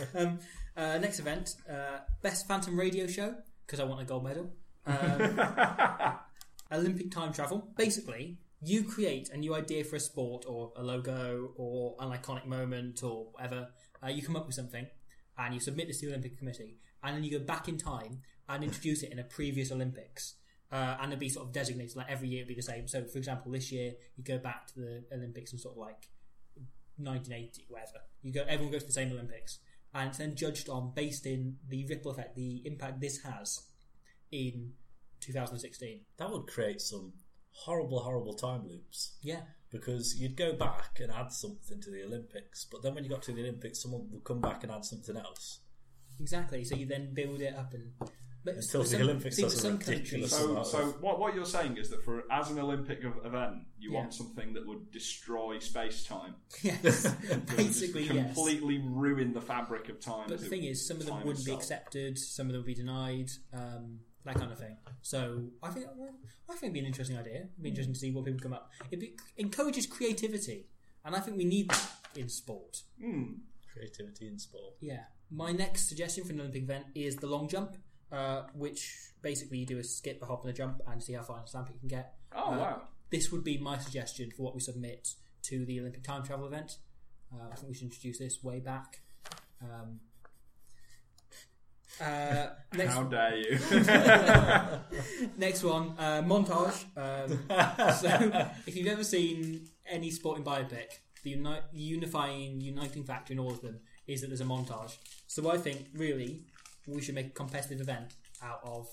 Speaker 2: um, uh, next event, uh, best Phantom radio show because I want a gold medal. Um, Olympic time travel. Basically, you create a new idea for a sport or a logo or an iconic moment or whatever. Uh, you come up with something and you submit this to the Olympic Committee, and then you go back in time and introduce it in a previous Olympics. Uh, and it'd be sort of designated, like every year it'd be the same. So, for example, this year you go back to the Olympics and sort of like 1980, whatever. You go, everyone goes to the same Olympics, and it's then judged on based in the ripple effect, the impact this has in 2016.
Speaker 1: That would create some horrible, horrible time loops.
Speaker 2: Yeah,
Speaker 1: because you'd go back and add something to the Olympics, but then when you got to the Olympics, someone would come back and add something else.
Speaker 2: exactly. So you then build it up and but
Speaker 1: Until
Speaker 2: for
Speaker 1: the Olympics
Speaker 2: see, for
Speaker 1: has a ridiculous
Speaker 2: countries-
Speaker 3: So, so what, what you're saying is that for as an Olympic ev- event, you
Speaker 2: Yeah.
Speaker 3: want something that would destroy space time,
Speaker 2: yes, basically yes.
Speaker 3: completely ruin the fabric of time.
Speaker 2: But the thing is, some of them wouldn't be accepted, some of them would be denied, um, that kind of thing. So I think well, I think it'd be an interesting idea. It'd be interesting to see what people come up. It be, encourages creativity, and I think we need that in sport.
Speaker 1: Creativity in sport.
Speaker 2: Yeah. My next suggestion for an Olympic event is the long jump, uh, which basically you do a skip, a hop, and a jump, and see how far and stamp you can get.
Speaker 3: Oh
Speaker 2: Uh,
Speaker 3: wow!
Speaker 2: This would be my suggestion for what we submit to the Olympic time travel event. Uh, I think we should introduce this way back. Um, uh, next,
Speaker 3: How dare you?
Speaker 2: next one, uh, montage. Um, so, if you've ever seen any sporting biopic, the uni- unifying, uniting factor in all of them is that there's a montage. So, I think really we should make a competitive event out of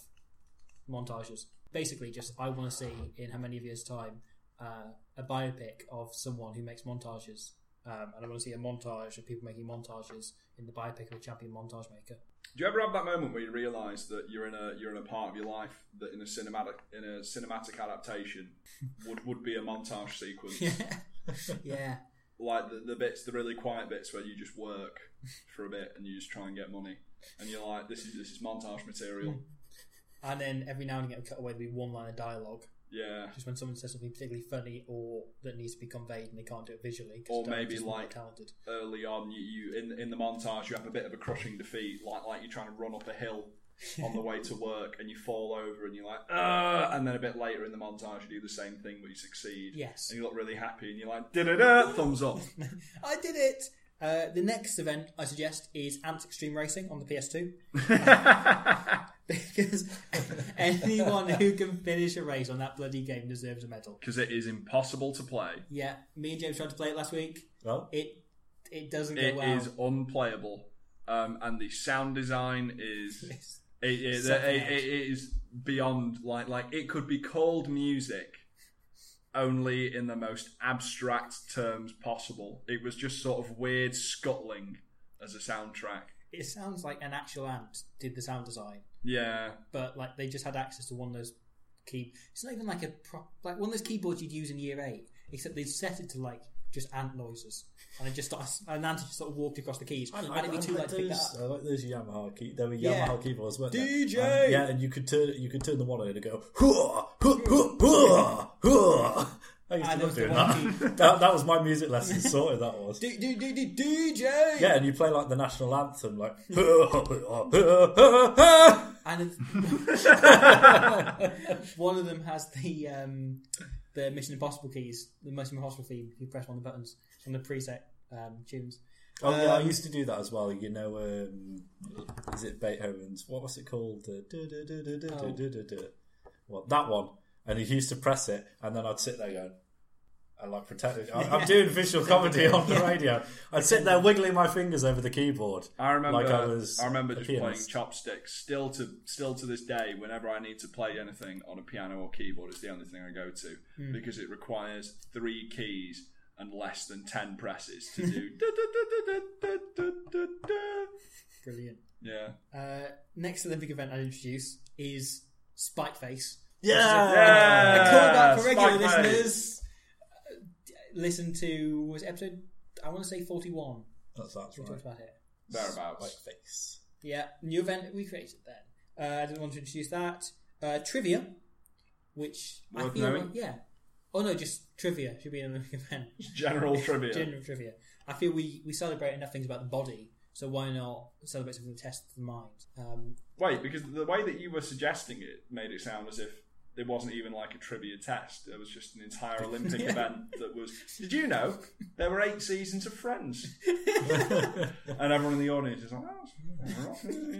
Speaker 2: montages. Basically, just I want to see in how many of years' time uh, a biopic of someone who makes montages. Um, and I want to see a montage of people making montages in the biopic of a champion montage maker.
Speaker 3: Do you ever have that moment where you realise that you're in a you're in a part of your life that in a cinematic in a cinematic adaptation would, would be a montage sequence,
Speaker 2: Yeah.
Speaker 3: like the, the bits, the really quiet bits where you just work for a bit and you just try and get money, and you're like, this is this is montage
Speaker 2: Hmm.
Speaker 3: material.
Speaker 2: And then every now and again, cut away, there'll be one line of dialogue.
Speaker 3: Yeah,
Speaker 2: just when someone says something particularly funny or that needs to be conveyed and they can't do it visually 'cause
Speaker 3: Or
Speaker 2: the director's
Speaker 3: maybe
Speaker 2: not
Speaker 3: like-
Speaker 2: talented
Speaker 3: early on, you, you in in the montage you have a bit of a crushing defeat, like like you're trying to run up a hill on the way to work and you fall over and you're like, ah, and then a bit later in the montage you do the same thing but you succeed.
Speaker 2: Yes.
Speaker 3: and you look really happy and you're like, da da da, thumbs up.
Speaker 2: i did it uh, the next event i suggest is ants extreme racing on the ps2 because anyone who can finish a race on that bloody game deserves a medal
Speaker 3: because it is impossible to play.
Speaker 2: yeah me and james tried to play it last week
Speaker 1: Well,
Speaker 2: it it doesn't go
Speaker 3: It is
Speaker 2: well
Speaker 3: unplayable, um, and the sound design is it, it,
Speaker 2: Sucking
Speaker 3: it-
Speaker 2: ass.
Speaker 3: it is beyond like like it could be called music, only in the most abstract terms possible. It was just sort of weird scuttling as a soundtrack.
Speaker 2: it sounds like an actual ant did the sound design
Speaker 3: Yeah,
Speaker 2: but like they just had access to one of those key. It's not even like a prop, like one of those keyboards you'd use in year eight, except they've set it to like just ant noises, and it just starts. And ant just sort of walked across the keys, and it'd be too
Speaker 1: like
Speaker 2: late to pick that
Speaker 1: those,
Speaker 2: up.
Speaker 1: I like those Yamaha key. They were Yamaha
Speaker 2: Yeah.
Speaker 1: keyboards, weren't they?
Speaker 2: DJ!
Speaker 1: And- yeah, and you could turn you could turn the one on and it'd go. Hua, hua, hua, hua, hua. I used
Speaker 2: Ah,
Speaker 1: to
Speaker 2: there
Speaker 1: love
Speaker 2: was the
Speaker 1: doing
Speaker 2: one
Speaker 1: that. that. That was my music lesson sorted. That was.
Speaker 2: Do do do do DJ.
Speaker 1: Yeah, and you play like the national anthem, like. "Hua, hua, hua, hua, hua."
Speaker 2: And if- one of them has the um, the Mission Impossible keys, the Mission Impossible theme. If you press one of the buttons it's from the preset um, tunes,
Speaker 1: Oh yeah, I
Speaker 2: Um,
Speaker 1: used to do that as well. You know, um, is it Beethoven's? What was it called? Uh, du- du- du- du- du-
Speaker 2: Oh.
Speaker 1: du- du- du- du. What that one? And he used to press it, and then I'd sit there going, and like pretend I- I'm doing visual comedy on the radio. I'd sit there wiggling my fingers over the keyboard.
Speaker 3: I remember.
Speaker 1: like I
Speaker 3: I,
Speaker 1: was.
Speaker 3: remember
Speaker 1: a
Speaker 3: just
Speaker 1: pianist.
Speaker 3: playing chopsticks. Still to still to this day, whenever I need to play anything on a piano or keyboard, it's the only thing I go to
Speaker 1: Hmm.
Speaker 3: because it requires three keys and less than ten presses to do. da-da-da-da-da-da-da-da.
Speaker 2: brilliant.
Speaker 3: yeah.
Speaker 2: Uh, next Olympic event I'd introduce is Spike Face.
Speaker 1: Yeah,
Speaker 2: A callback for
Speaker 3: Spike
Speaker 2: regular
Speaker 3: Face.
Speaker 2: listeners. Uh, d- Listen to was it episode I want to say forty one.
Speaker 1: that's that's
Speaker 2: We
Speaker 1: right.
Speaker 2: talked about it.
Speaker 3: Thereabouts.
Speaker 1: Like face.
Speaker 2: Yeah, new event we created then. Uh, I didn't want to introduce that. Uh, trivia, which I
Speaker 3: Worth
Speaker 2: feel
Speaker 3: knowing.
Speaker 2: like- yeah. Oh no, just trivia should be an Olympic event.
Speaker 3: General trivia.
Speaker 2: General trivia. I feel we we celebrate enough things about the body, so why not celebrate something that tests the mind? Um,
Speaker 3: Wait, because the way that you were suggesting it made it sound as if it wasn't even like a trivia test. It was just an entire Olympic event that was. Did you know there were eight seasons of Friends? and everyone in the audience is like, oh, that's- all right,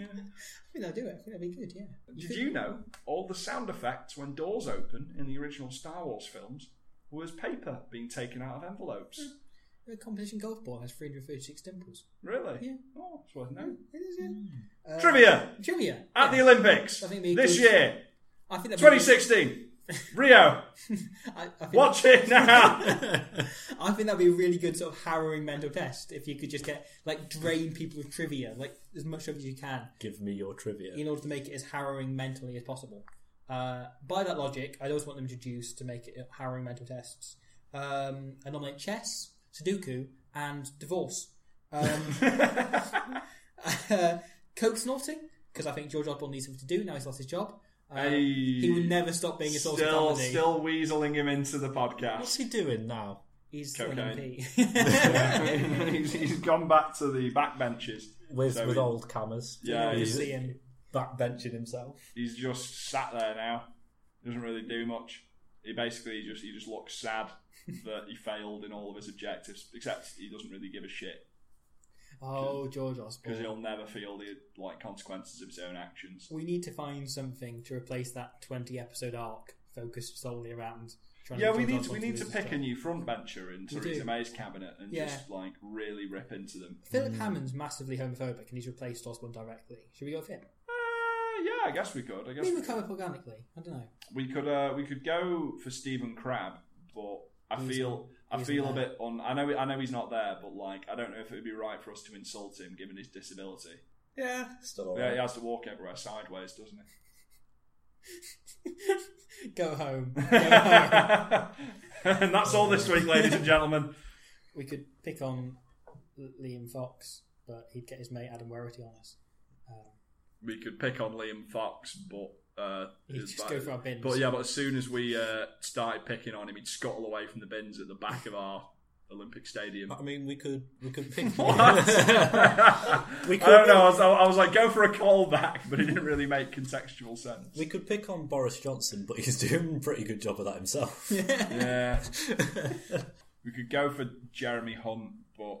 Speaker 3: yeah.
Speaker 2: I think that'll do it. I think that'd be good. Yeah.
Speaker 3: Did you know all the sound effects when doors open in the original Star Wars films was paper being taken out of envelopes?
Speaker 2: Hmm. The competition golf ball has 336 dimples.
Speaker 3: Really?
Speaker 2: Yeah.
Speaker 3: Oh, it's worth knowing.
Speaker 2: It is, yeah. Uh,
Speaker 3: Trivia
Speaker 2: Trivia.
Speaker 3: at the Olympics
Speaker 2: I think it'd be
Speaker 3: this
Speaker 2: good-
Speaker 3: year,
Speaker 2: I think that'd be-
Speaker 3: 2016, Rio.
Speaker 2: I, I think
Speaker 3: Watch it now.
Speaker 2: I think that'd be a really good sort of harrowing mental test if you could just get like drain people of trivia, like as much of as you can,
Speaker 1: Give me your trivia.
Speaker 2: in order to make it as harrowing mentally as possible. Uh, by that logic, I'd always want them to introduce to make it harrowing mental tests. Um, I nominate chess, Sudoku, and divorce. Um, uh, coke snorting because I think George Osborne needs something to do now he's lost his job. Uh,
Speaker 3: Hey.
Speaker 2: He will never stop being a source of
Speaker 3: Still,
Speaker 2: comedy.
Speaker 3: still weaseling him into the
Speaker 1: What's
Speaker 3: podcast.
Speaker 1: he doing now?
Speaker 2: he's
Speaker 3: Cocaine.
Speaker 2: an
Speaker 3: he's, he's gone back to the backbenches.
Speaker 1: With
Speaker 3: So
Speaker 1: with
Speaker 3: he-
Speaker 1: old cameras.
Speaker 3: Yeah,
Speaker 2: MP.
Speaker 1: he's
Speaker 2: See him.
Speaker 1: backbenching himself.
Speaker 3: He's just sat there now. Doesn't really do much. He basically just he just looks sad that he failed in all of his objectives. Except he doesn't really give a shit
Speaker 2: Oh, George
Speaker 3: because
Speaker 2: Osborne.
Speaker 3: he'll never feel the like consequences of his own actions.
Speaker 2: We need to find something to replace that 20 episode arc focused solely around trying
Speaker 3: Yeah,
Speaker 2: to
Speaker 3: we
Speaker 2: George
Speaker 3: need to,
Speaker 2: Osborne
Speaker 3: we need to
Speaker 2: lose his
Speaker 3: pick a
Speaker 2: job.
Speaker 3: new frontbencher in
Speaker 2: We
Speaker 3: Theresa
Speaker 2: do.
Speaker 3: May's cabinet and
Speaker 2: Yeah.
Speaker 3: just like really rip into them.
Speaker 2: Philip Hammond's massively homophobic and he's replaced Osborne directly. Should we go with him?
Speaker 3: Uh, yeah, I guess we could. I guess
Speaker 2: Maybe we'll come up organically. I don't know.
Speaker 3: We could uh, we could go for Stephen Crab, but I
Speaker 2: He's
Speaker 3: feel
Speaker 2: not-
Speaker 3: I
Speaker 2: he's
Speaker 3: feel
Speaker 2: not
Speaker 3: a
Speaker 2: there.
Speaker 3: bit on. I know I know he's not there, but like I don't know if it would be right for us to insult him given his disability.
Speaker 1: Yeah, still alright.
Speaker 3: Yeah, he has to walk everywhere sideways, doesn't
Speaker 2: go home. Go
Speaker 3: he?
Speaker 2: home.
Speaker 3: and that's all this week, ladies and gentlemen.
Speaker 2: we could pick on L- Liam Fox, but he'd get his mate Adam Werrity on us. Um,
Speaker 3: We could pick on Liam Fox, but. Uh,
Speaker 2: He'd
Speaker 3: his
Speaker 2: just
Speaker 3: back-
Speaker 2: go for our bins.
Speaker 3: But yeah, but as soon as we uh, started picking on him, he'd scuttle away from the bins at the back of our Olympic Stadium.
Speaker 1: I mean, we could we could pick. we
Speaker 3: I
Speaker 1: could
Speaker 3: don't know. I was, I was like, go for a callback, but it didn't really make contextual sense.
Speaker 1: We could pick on Boris Johnson, but he's doing a pretty good job of that himself.
Speaker 3: Yeah. we could go for Jeremy Hunt, but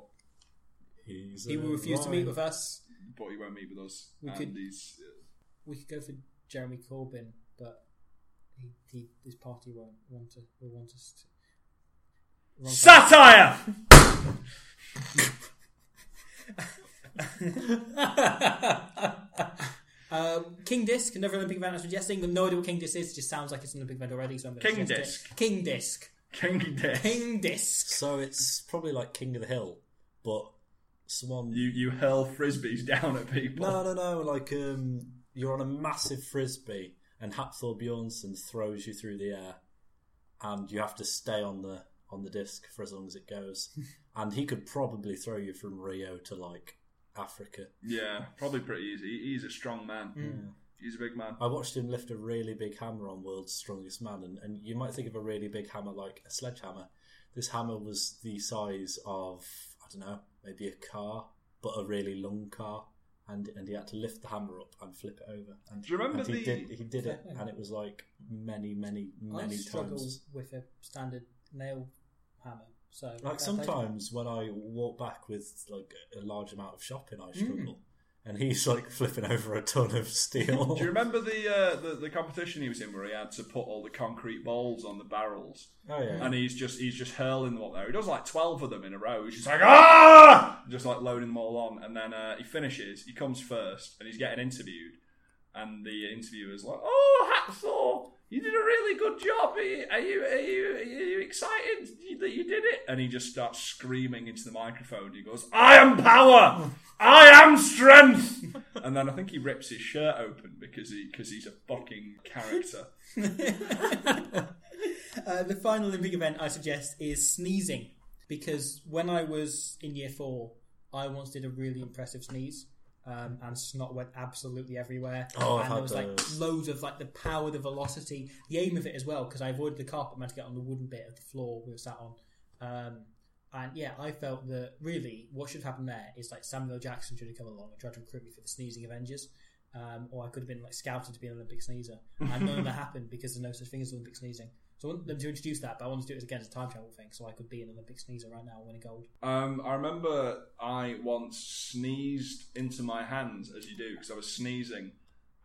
Speaker 2: He will refuse to meet with us.
Speaker 3: but he won't meet with us.
Speaker 2: We
Speaker 3: and
Speaker 2: could-
Speaker 3: he's, uh,
Speaker 2: we could go for Jeremy Corbyn, but he, he his party won't want to will want us to. Wrong
Speaker 3: satire.
Speaker 2: Um, King Disc, another Olympic event I'm suggesting. I've no idea what King Disc is. It just sounds like it's an Olympic event already. So I'm gonna
Speaker 3: King
Speaker 2: suggest it.
Speaker 3: Disc.
Speaker 2: King Disc.
Speaker 3: King Dick.
Speaker 2: King Disc.
Speaker 1: So it's probably like King of the Hill, but someone.
Speaker 3: You you hurl frisbees down at people.
Speaker 1: No, no, no. Like um, you're on a massive frisbee, and Hapthor Bjornsson throws you through the air, and you have to stay on the on the disc for as long as it goes. and he could probably throw you from Rio to like Africa.
Speaker 3: Yeah, probably pretty easy. He- He's a strong man. He's a big man.
Speaker 1: I watched him lift a really big hammer on World's Strongest Man, and, and you might think of a really big hammer like a sledgehammer. This hammer was the size of, I don't know, maybe a car, but a really long car. And, and he had to lift the hammer up and flip it over. And,
Speaker 3: Do you remember
Speaker 1: and he
Speaker 3: the-
Speaker 1: did he did it, and it was like many, many,
Speaker 2: I
Speaker 1: many
Speaker 2: struggle
Speaker 1: times.
Speaker 2: with a standard nail hammer. So
Speaker 1: Like
Speaker 2: that-
Speaker 1: sometimes when I walk back with like a large amount of shopping,
Speaker 2: Mm.
Speaker 1: I struggle, and he's like flipping over a ton of steel.
Speaker 3: Do you remember the, uh, the the competition he was in where he had to put all the concrete balls on the barrels?
Speaker 1: oh yeah,
Speaker 3: And he's just he's just hurling them up there. He does like twelve of them in a row. He's just like ah, just like loading them all on. And then uh, he finishes. He comes first, and he's getting interviewed. And the interviewer's like, "Oh, Hacksaw, you did a really good job. Are you are you, are you, are you excited that you did it?" And he just starts screaming into the microphone. He goes, "I am power. I am strength." and then I think he rips his shirt open because he because he's a fucking character.
Speaker 2: Uh, the final Olympic event I suggest is sneezing because when I was in year four, I once did a really impressive sneeze. Um, and snot went absolutely everywhere.
Speaker 1: Oh, I've
Speaker 2: and there
Speaker 1: had
Speaker 2: was
Speaker 1: those.
Speaker 2: like loads of like the power, the velocity, the aim of it as well. Because I avoided the carpet, managed to get on the wooden bit of the floor we were sat on. Um, and yeah, I felt that really what should happen there is like Samuel Jackson should have come along and tried to recruit me for the Sneezing Avengers, um, or I could have been like scouted to be an Olympic sneezer. And none of that happened because there's no such thing as Olympic sneezing. So I want them to introduce that, but I want to do it again as a time travel thing, so I could be an Olympic sneezer right now and win a gold.
Speaker 3: Um, I remember I once sneezed into my hands, as you do, because I was sneezing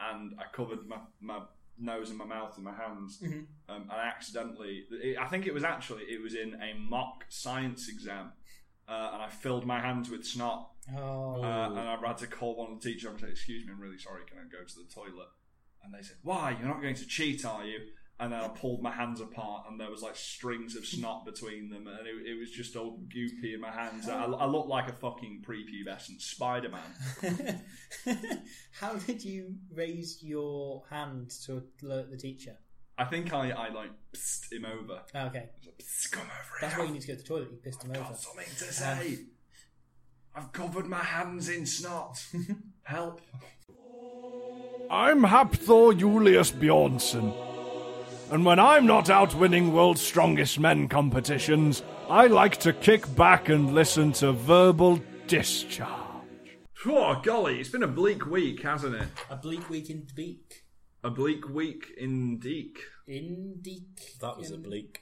Speaker 3: and I covered my, my nose and my mouth and my hands. Um, and I accidentally, it, I think it was actually, it was in a mock science exam. Uh, and I filled my hands with snot,
Speaker 2: Oh,
Speaker 3: uh, and I had to call one of the teachers up and say, "Excuse me, I'm really sorry. Can I go to the toilet?" And they said, "Why? You're not going to cheat, are you?" And then I pulled my hands apart, and there was like strings of snot between them, and it, it was just all goopy in my hands. I, I looked like a fucking prepubescent Spider Man.
Speaker 1: Uh,
Speaker 2: how did you raise your hand to alert the teacher?
Speaker 3: I think I, I like psst him over.
Speaker 2: Oh, okay,
Speaker 3: Psst, come over
Speaker 2: that's why
Speaker 3: here.
Speaker 2: you need to go to the toilet. You pissed him
Speaker 3: I've
Speaker 2: over.
Speaker 3: got something to say. I've covered my hands in snot. Help.
Speaker 5: I'm Hapthor Julius Bjornsson. And when I'm not out winning World's Strongest Men competitions, I like to kick back and listen to verbal discharge.
Speaker 3: Oh, golly, it's been a bleak week, hasn't it?
Speaker 2: A bleak week in beak.
Speaker 3: A bleak week indeed.
Speaker 2: In deek.
Speaker 1: that was oblique.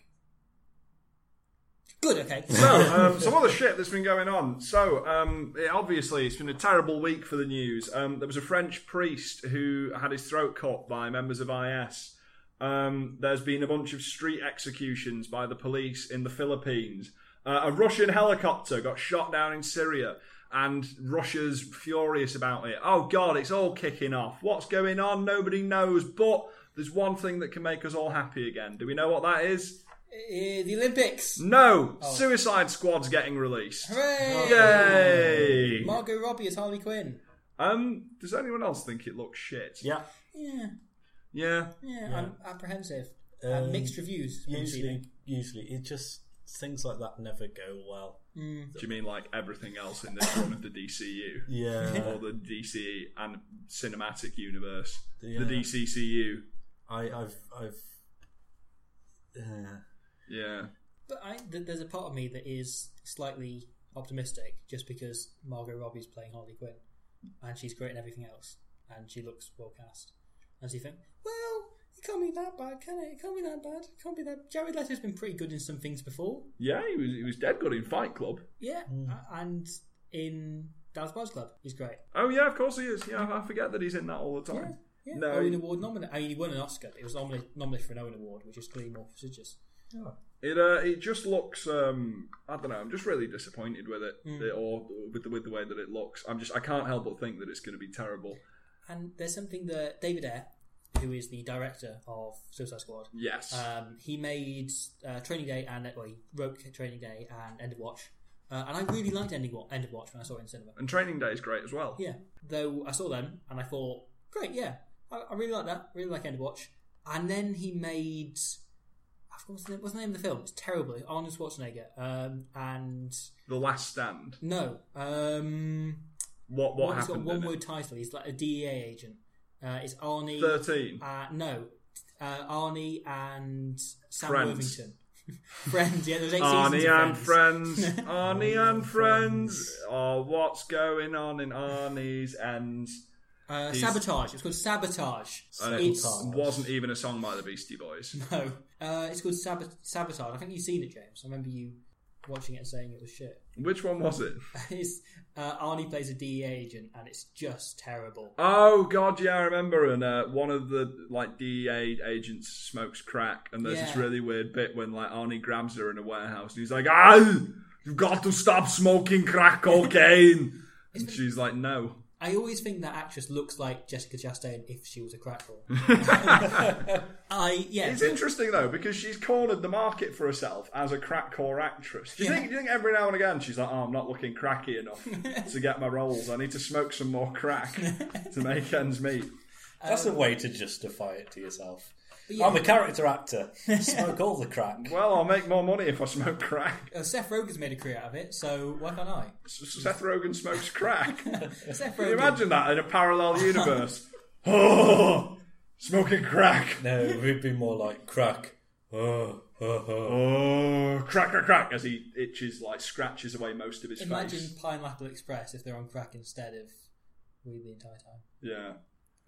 Speaker 2: Good, okay.
Speaker 3: So, um, some other shit that's been going on. So, um, it- obviously, it's been a terrible week for the news. Um, there was a French priest who had his throat cut by members of IS. Um, there's been a bunch of street executions by the police in the Philippines. Uh, a Russian helicopter got shot down in Syria, and Russia's furious about it. Oh, God, it's all kicking off. What's going on? Nobody knows. But there's one thing that can make us all happy again. Do we know what that is?
Speaker 2: Eh, the Olympics.
Speaker 3: No, Suicide Squad's getting released.
Speaker 2: Hooray!
Speaker 3: Yay!
Speaker 2: Margot Robbie is Harley Quinn.
Speaker 3: Um, does anyone else think it looks shit?
Speaker 1: Yeah.
Speaker 2: Yeah,
Speaker 3: Yeah.
Speaker 2: yeah. I'm apprehensive. Uh, mixed reviews. from
Speaker 1: usually
Speaker 2: receiving.
Speaker 1: usually it just things like that never go well
Speaker 3: Do you mean like everything else in this one of the DCU?
Speaker 1: yeah
Speaker 3: Or the DC and cinematic universe?
Speaker 1: Yeah.
Speaker 3: The DCCU?
Speaker 1: I, i've i've uh,
Speaker 3: Yeah.
Speaker 2: But I, th- there's a part of me that is slightly optimistic just because Margot Robbie's playing Harley Quinn and she's great in everything else and she looks well cast. And so you think, well, it can't be that bad, can it? It can't be that bad. It can't be that. Jared Leto's been pretty good in some things before.
Speaker 3: Yeah, he was, he was dead good in Fight Club.
Speaker 2: Yeah. a- And in Dallas Buyers Club, he's great.
Speaker 3: Oh, yeah, of course he is. Yeah, I forget that he's in that all the time.
Speaker 2: Yeah.
Speaker 3: No.
Speaker 2: Owen Award nominated. I mean, he won an Oscar. It was nominated, nominated for an Owen Award, which is clearly more prestigious.
Speaker 3: It uh, it just looks um, I don't know. I'm just really disappointed with it, it- or with the with the way that it looks. I'm just I can't help but think that it's going to be terrible.
Speaker 2: And there's something that David Ayer, who is the director of Suicide Squad,
Speaker 3: Yes.
Speaker 2: Um, he made uh, Training Day and well, he wrote Training Day and End of Watch, uh, and I really liked Ending Wa- End of Watch when I saw it in cinema.
Speaker 3: and Training Day is great as well.
Speaker 2: Yeah, though I saw them and I thought, great, yeah, I, I really like that. Really like Endwatch. And then he made. I've forgotten the name- What's the name of the film? It's terrible. Arnold Schwarzenegger. Um, and
Speaker 3: The Last Stand.
Speaker 2: no, um,
Speaker 3: What what
Speaker 2: it's got
Speaker 3: happened?
Speaker 2: one
Speaker 3: in
Speaker 2: word
Speaker 3: it?
Speaker 2: title. He's like a DEA agent. Uh, it's Arnie.
Speaker 3: Thirteen.
Speaker 2: Uh, no, uh, Arnie and Sam
Speaker 3: Friends.
Speaker 2: Worthington. friends. Yeah, there's eight seasons.
Speaker 3: Arnie
Speaker 2: of
Speaker 3: and friends. Arnie and friends. Oh, what's going on in Arnie's ends?
Speaker 2: Uh, sabotage. It's called sabotage.
Speaker 3: And it
Speaker 2: It's
Speaker 3: wasn't even a song by the Beastie Boys.
Speaker 2: no. Uh, it's called Sab- sabotage. I think you've seen it, James. I remember you watching it and saying it was shit.
Speaker 3: Which one was it?
Speaker 2: It's, uh, Arnie plays a DEA agent, and it's just terrible.
Speaker 3: Oh God, yeah, I remember. And uh, one of the like DEA agents smokes crack, and there's this
Speaker 2: Yeah.
Speaker 3: really weird bit when like Arnie grabs her in a warehouse, and he's like, "Ah, you've got to stop smoking crack cocaine." and she's like, "No."
Speaker 2: I always think that actress looks like Jessica Chastain if she was a crack whore. I yeah.
Speaker 3: It's interesting though because she's cornered the market for herself as a crack core actress. Do you think? Do you think every now and again she's like, "Oh, I'm not looking cracky enough to get my roles. I need to smoke some more crack to make ends meet."
Speaker 1: That's a way to justify it to yourself.
Speaker 2: yeah.
Speaker 1: I'm a character actor. Smoke all the crack.
Speaker 3: Well, I'll make more money if I smoke crack.
Speaker 2: Uh, Seth Rogen's made a career out of it, so why can't I?
Speaker 3: Seth Rogen smokes crack.
Speaker 2: Seth
Speaker 3: Can you
Speaker 2: Rogen.
Speaker 3: imagine that in a parallel universe? oh, smoking crack.
Speaker 1: No, we'd be more like crack. Oh, oh, oh.
Speaker 3: Oh, crack, crack, crack. As he itches, like scratches away most of his
Speaker 2: Imagine
Speaker 3: face.
Speaker 2: Pineapple Express if they're on crack instead of weed the entire time.
Speaker 3: Yeah,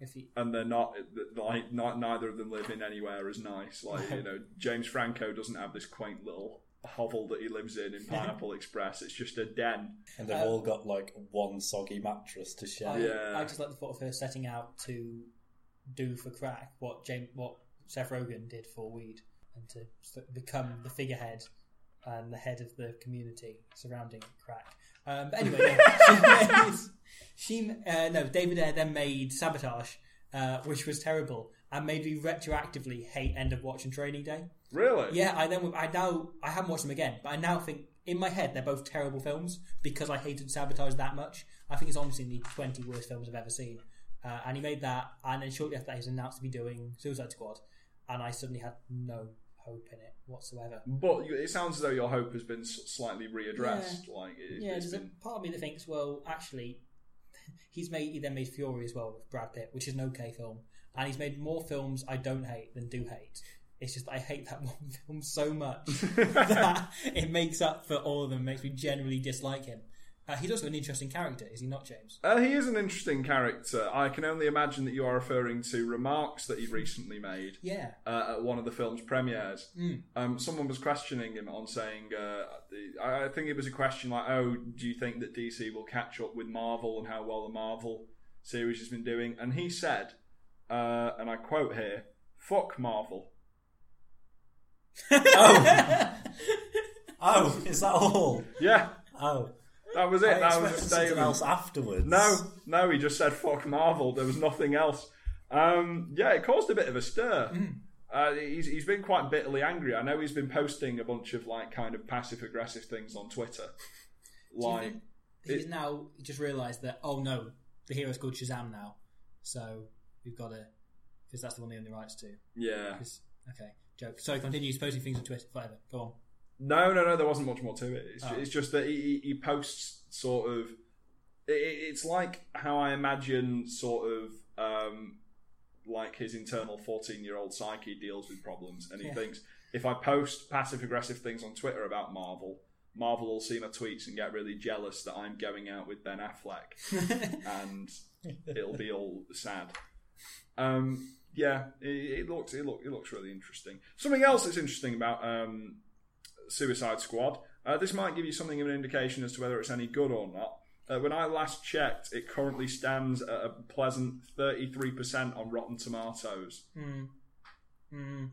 Speaker 2: If you,
Speaker 3: and they're not like not, neither of them live in anywhere as nice. Like you know, James Franco doesn't have this quaint little hovel that he lives in in Pineapple Express. It's just a den.
Speaker 1: And they've all got like one soggy mattress to share.
Speaker 2: I,
Speaker 3: Yeah.
Speaker 2: I just like the thought of her setting out to do for crack what James, what Seth Rogen did for weed, and to s- become the figurehead and the head of the community surrounding crack. Um, but anyway, no, she, made- she uh, no David Ayer then made Sabotage, uh, which was terrible and made me retroactively hate End of Watch and Training Day.
Speaker 3: Really?
Speaker 2: Yeah, I then I now I haven't watched them again, but I now think in my head they're both terrible films because I hated Sabotage that much. I think it's honestly in the twenty worst films I've ever seen. Uh, and he made that, and then shortly after that, he's announced to be doing Suicide Squad, and I suddenly had no hope in it whatsoever.
Speaker 3: But you- it sounds as though your hope has been s- slightly readdressed. Like it,
Speaker 2: Yeah,
Speaker 3: has
Speaker 2: there's a
Speaker 3: been.
Speaker 2: part of me that thinks, well, actually, he's made he then made Fury as well with Brad Pitt, which is an okay film, and he's made more films I don't hate than do hate. It's just I hate that one film so much that it makes up for all of them. Makes me generally dislike him. Uh, he's also an interesting character, is he not, James?
Speaker 3: Uh, he is an interesting character. I can only imagine that you are referring to remarks that he recently made
Speaker 2: Yeah,
Speaker 3: uh, at one of the film's premieres.
Speaker 1: Hmm.
Speaker 3: Um, someone was questioning him on saying, uh, I I think it was a question like, "Oh, do you think that DC will catch up with Marvel and how well the Marvel series has been doing?" And he said, uh, and I quote here, "Fuck Marvel."
Speaker 1: Oh, is that all?
Speaker 3: Yeah,
Speaker 1: Oh,
Speaker 3: that was
Speaker 1: I
Speaker 3: it. That was
Speaker 1: expected
Speaker 3: a
Speaker 1: something
Speaker 3: statement.
Speaker 1: else afterwards.
Speaker 3: No, no, he just said fuck Marvel. There was nothing else. Um, yeah, it caused a bit of a stir. Uh, he's, he's been quite bitterly angry. I know he's been posting a bunch of like kind of passive aggressive things on Twitter. Like,
Speaker 2: think- he's now just realised that oh no, the hero's called Shazam now, so we've got to because that's the one they own the rights to.
Speaker 3: yeah,
Speaker 2: 'Cause- okay, joke. So he continues posting things on Twitter forever. Go on.
Speaker 3: no, no, no. There wasn't much more to it. It's, ju- it's just that he, he- he posts sort of. It, it- it's like how I imagine sort of um, like his internal fourteen-year-old psyche deals with problems, and he
Speaker 2: Yeah.
Speaker 3: thinks if I post passive-aggressive things on Twitter about Marvel. Marvel will see my tweets and get really jealous that I'm going out with Ben Affleck, and it'll be all sad. Um, yeah, it, it looks it, look, it looks really interesting. Something else that's interesting about um, Suicide Squad. Uh, this might give you something of an indication as to whether it's any good or not. Uh, when I last checked, it currently stands at a pleasant 33% on Rotten Tomatoes.
Speaker 2: Hmm.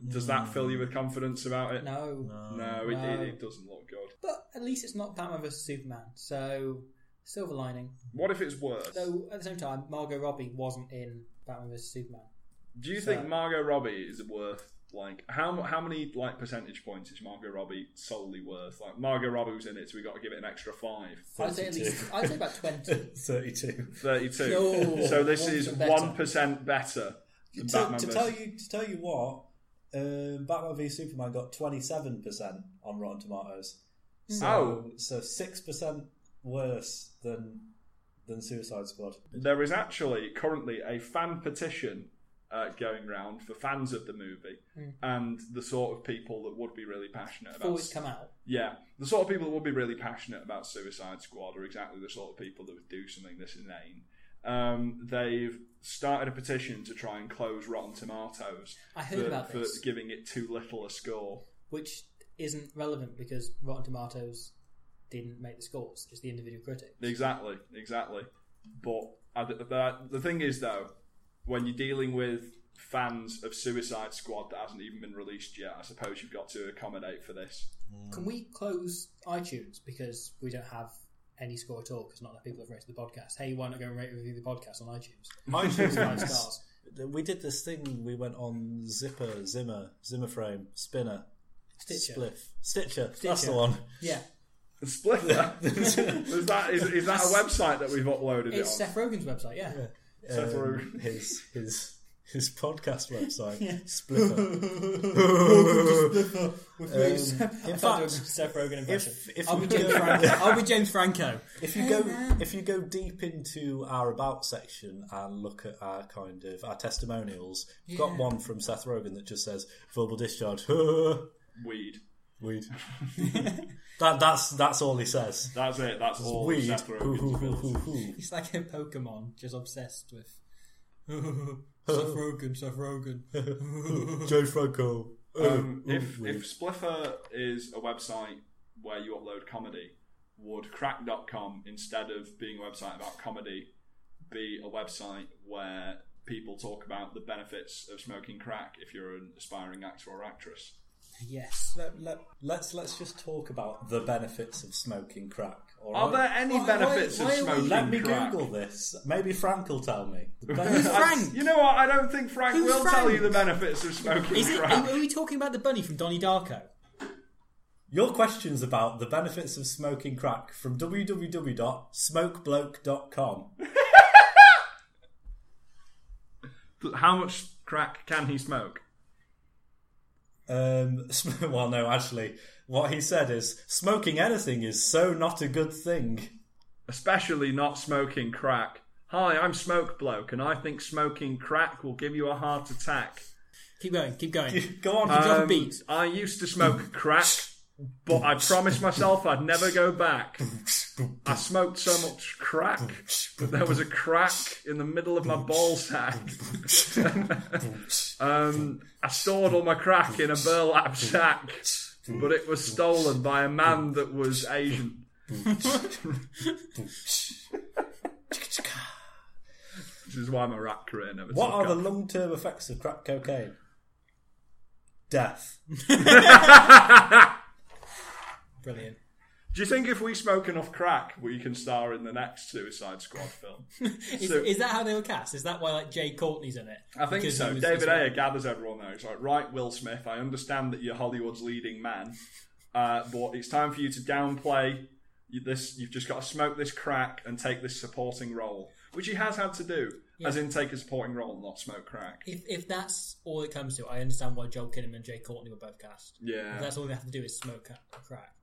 Speaker 3: Does that fill you with confidence about it?
Speaker 1: Mm.
Speaker 2: No.
Speaker 3: No, it,
Speaker 2: No.
Speaker 3: It, it doesn't look good.
Speaker 2: But at least it's not Batman vs Superman, so silver lining.
Speaker 3: What if it's worse?
Speaker 2: Though at the same time, Margot Robbie wasn't in Batman vs Superman.
Speaker 3: Do you think Margot Robbie is worth like how mu- how many like percentage points is Margot Robbie solely worth? Like Margot Robbie was in it, so we got to give it an extra five.
Speaker 2: I'd say at least I'd say about twenty.
Speaker 1: 32.
Speaker 3: 32.
Speaker 2: No,
Speaker 3: so this
Speaker 2: one
Speaker 3: is
Speaker 2: percent better.
Speaker 3: 1% better
Speaker 1: To,
Speaker 3: Batman
Speaker 1: to
Speaker 3: versus-
Speaker 1: tell you, to tell you what, um, Batman v Superman got twenty seven percent on Rotten Tomatoes.
Speaker 2: Hmm.
Speaker 1: So,
Speaker 3: Oh.
Speaker 1: so six percent worse than than Suicide Squad.
Speaker 3: There is actually currently a fan petition uh, going round for fans of the movie and the sort of people that would be really passionate
Speaker 2: Before
Speaker 3: about.
Speaker 2: it's come out.
Speaker 3: yeah, the sort of people that would be really passionate about Suicide Squad are exactly the sort of people that would do something this inane. Um, they've started a petition to try and close Rotten Tomatoes
Speaker 2: I heard
Speaker 3: for,
Speaker 2: about
Speaker 3: for
Speaker 2: this.
Speaker 3: giving it too little a score.
Speaker 2: Which isn't relevant because Rotten Tomatoes didn't make the scores, it's the individual critic.
Speaker 3: Exactly, exactly. But I, th- that, the thing is, though, when you're dealing with fans of Suicide Squad that hasn't even been released yet, I suppose you've got to accommodate for this.
Speaker 2: Can we close iTunes because we don't have any score at all because not enough people have rated the podcast? Hey, why not go and rate and review the podcast on iTunes?
Speaker 1: iTunes
Speaker 2: Five stars.
Speaker 1: We did this thing. We went on Zipper, Zimmer, Zimmer Frame, Spinner,
Speaker 2: Stitcher.
Speaker 1: Spliff, Stitcher. That's
Speaker 2: Stitcher.
Speaker 1: the one.
Speaker 2: Yeah,
Speaker 3: Splitter? is, that, is, is that a website that we've uploaded
Speaker 2: it's
Speaker 3: it on?
Speaker 2: Seth Rogen's website. Yeah,
Speaker 3: Seth Rogen.
Speaker 1: Um, his his his podcast website. Spliffer. Um,
Speaker 2: in
Speaker 1: fact,
Speaker 2: Seth Rogen impression.
Speaker 1: If if
Speaker 2: I'll
Speaker 1: you,
Speaker 2: be James
Speaker 1: go,
Speaker 2: Franco. I'll be James Franco.
Speaker 1: if you go if you go deep into our about section and look at our kind of our testimonials, we've got one from Seth Rogen that just says verbal discharge.
Speaker 3: Weed.
Speaker 1: Weed. that that's that's all he says.
Speaker 3: That's it. That's all
Speaker 1: Weed.
Speaker 3: Seth Rogen's films.
Speaker 2: He's like a Pokemon, just obsessed with. Seth Rogen, Seth Rogen.
Speaker 1: Joe Franco. Uh,
Speaker 3: Um, if, if Spliffer is a website where you upload comedy, would crack.com, instead of being a website about comedy, be a website where people talk about the benefits of smoking crack if you're an aspiring actor or actress?
Speaker 2: Yes.
Speaker 1: Let, let, let's let's just talk about the benefits of smoking crack. All
Speaker 3: Are
Speaker 1: right?
Speaker 3: there any
Speaker 2: Why-
Speaker 3: benefits
Speaker 2: why- why are
Speaker 3: of
Speaker 2: we-
Speaker 3: smoking
Speaker 1: Let me
Speaker 3: crack?
Speaker 1: Google this. Maybe Frank will tell me. The benefits-
Speaker 2: Frank?
Speaker 3: You know what? I don't think Frank
Speaker 2: Who's
Speaker 3: will tell
Speaker 2: Frank?
Speaker 3: you the benefits of smoking
Speaker 2: Is it,
Speaker 3: crack.
Speaker 2: are we talking about the bunny from Donnie Darko?
Speaker 1: Your questions about the benefits of smoking crack from www.smokebloke.com.
Speaker 3: How much crack can he smoke?
Speaker 1: Um, sm- well, no, actually, what he said is smoking anything is so not a good thing.
Speaker 3: especially not smoking crack. Hi, I'm Smoke Bloke, and I think smoking crack will give you a heart attack.
Speaker 2: Keep going, keep going.
Speaker 1: Go on,
Speaker 2: Drop a
Speaker 3: Um,
Speaker 2: beat.
Speaker 3: I used to smoke crack, but I promised myself I'd never go back. I smoked so much crack that there was a crack in the middle of my ball sack. um, I stored all my crack in a burlap sack, but it was stolen by a man that was Asian. This is why my rap career never
Speaker 1: What
Speaker 3: took
Speaker 1: are the
Speaker 3: off.
Speaker 1: long term effects of crack cocaine? Death.
Speaker 2: Brilliant.
Speaker 3: Do you think if we smoke enough crack, we can star in the next Suicide Squad film?
Speaker 2: Is,
Speaker 3: So-
Speaker 2: is that how they were cast? Is that why like Jay Courtney's in it?
Speaker 3: I think
Speaker 2: Because he
Speaker 3: so.
Speaker 2: was-
Speaker 3: David
Speaker 2: he's-
Speaker 3: Ayer gathers everyone there. He's like, right, Will Smith, I understand that you're Hollywood's leading man, uh, but it's time for you to downplay you- this. You've just got to smoke this crack and take this supporting role, which he has had to do, as in take a supporting role and not smoke crack.
Speaker 2: If, if that's all it comes to, I understand why Joel Kinnaman and Jay Courtney were both cast.
Speaker 3: Yeah.
Speaker 2: If that's all they have to do is smoke crack, crack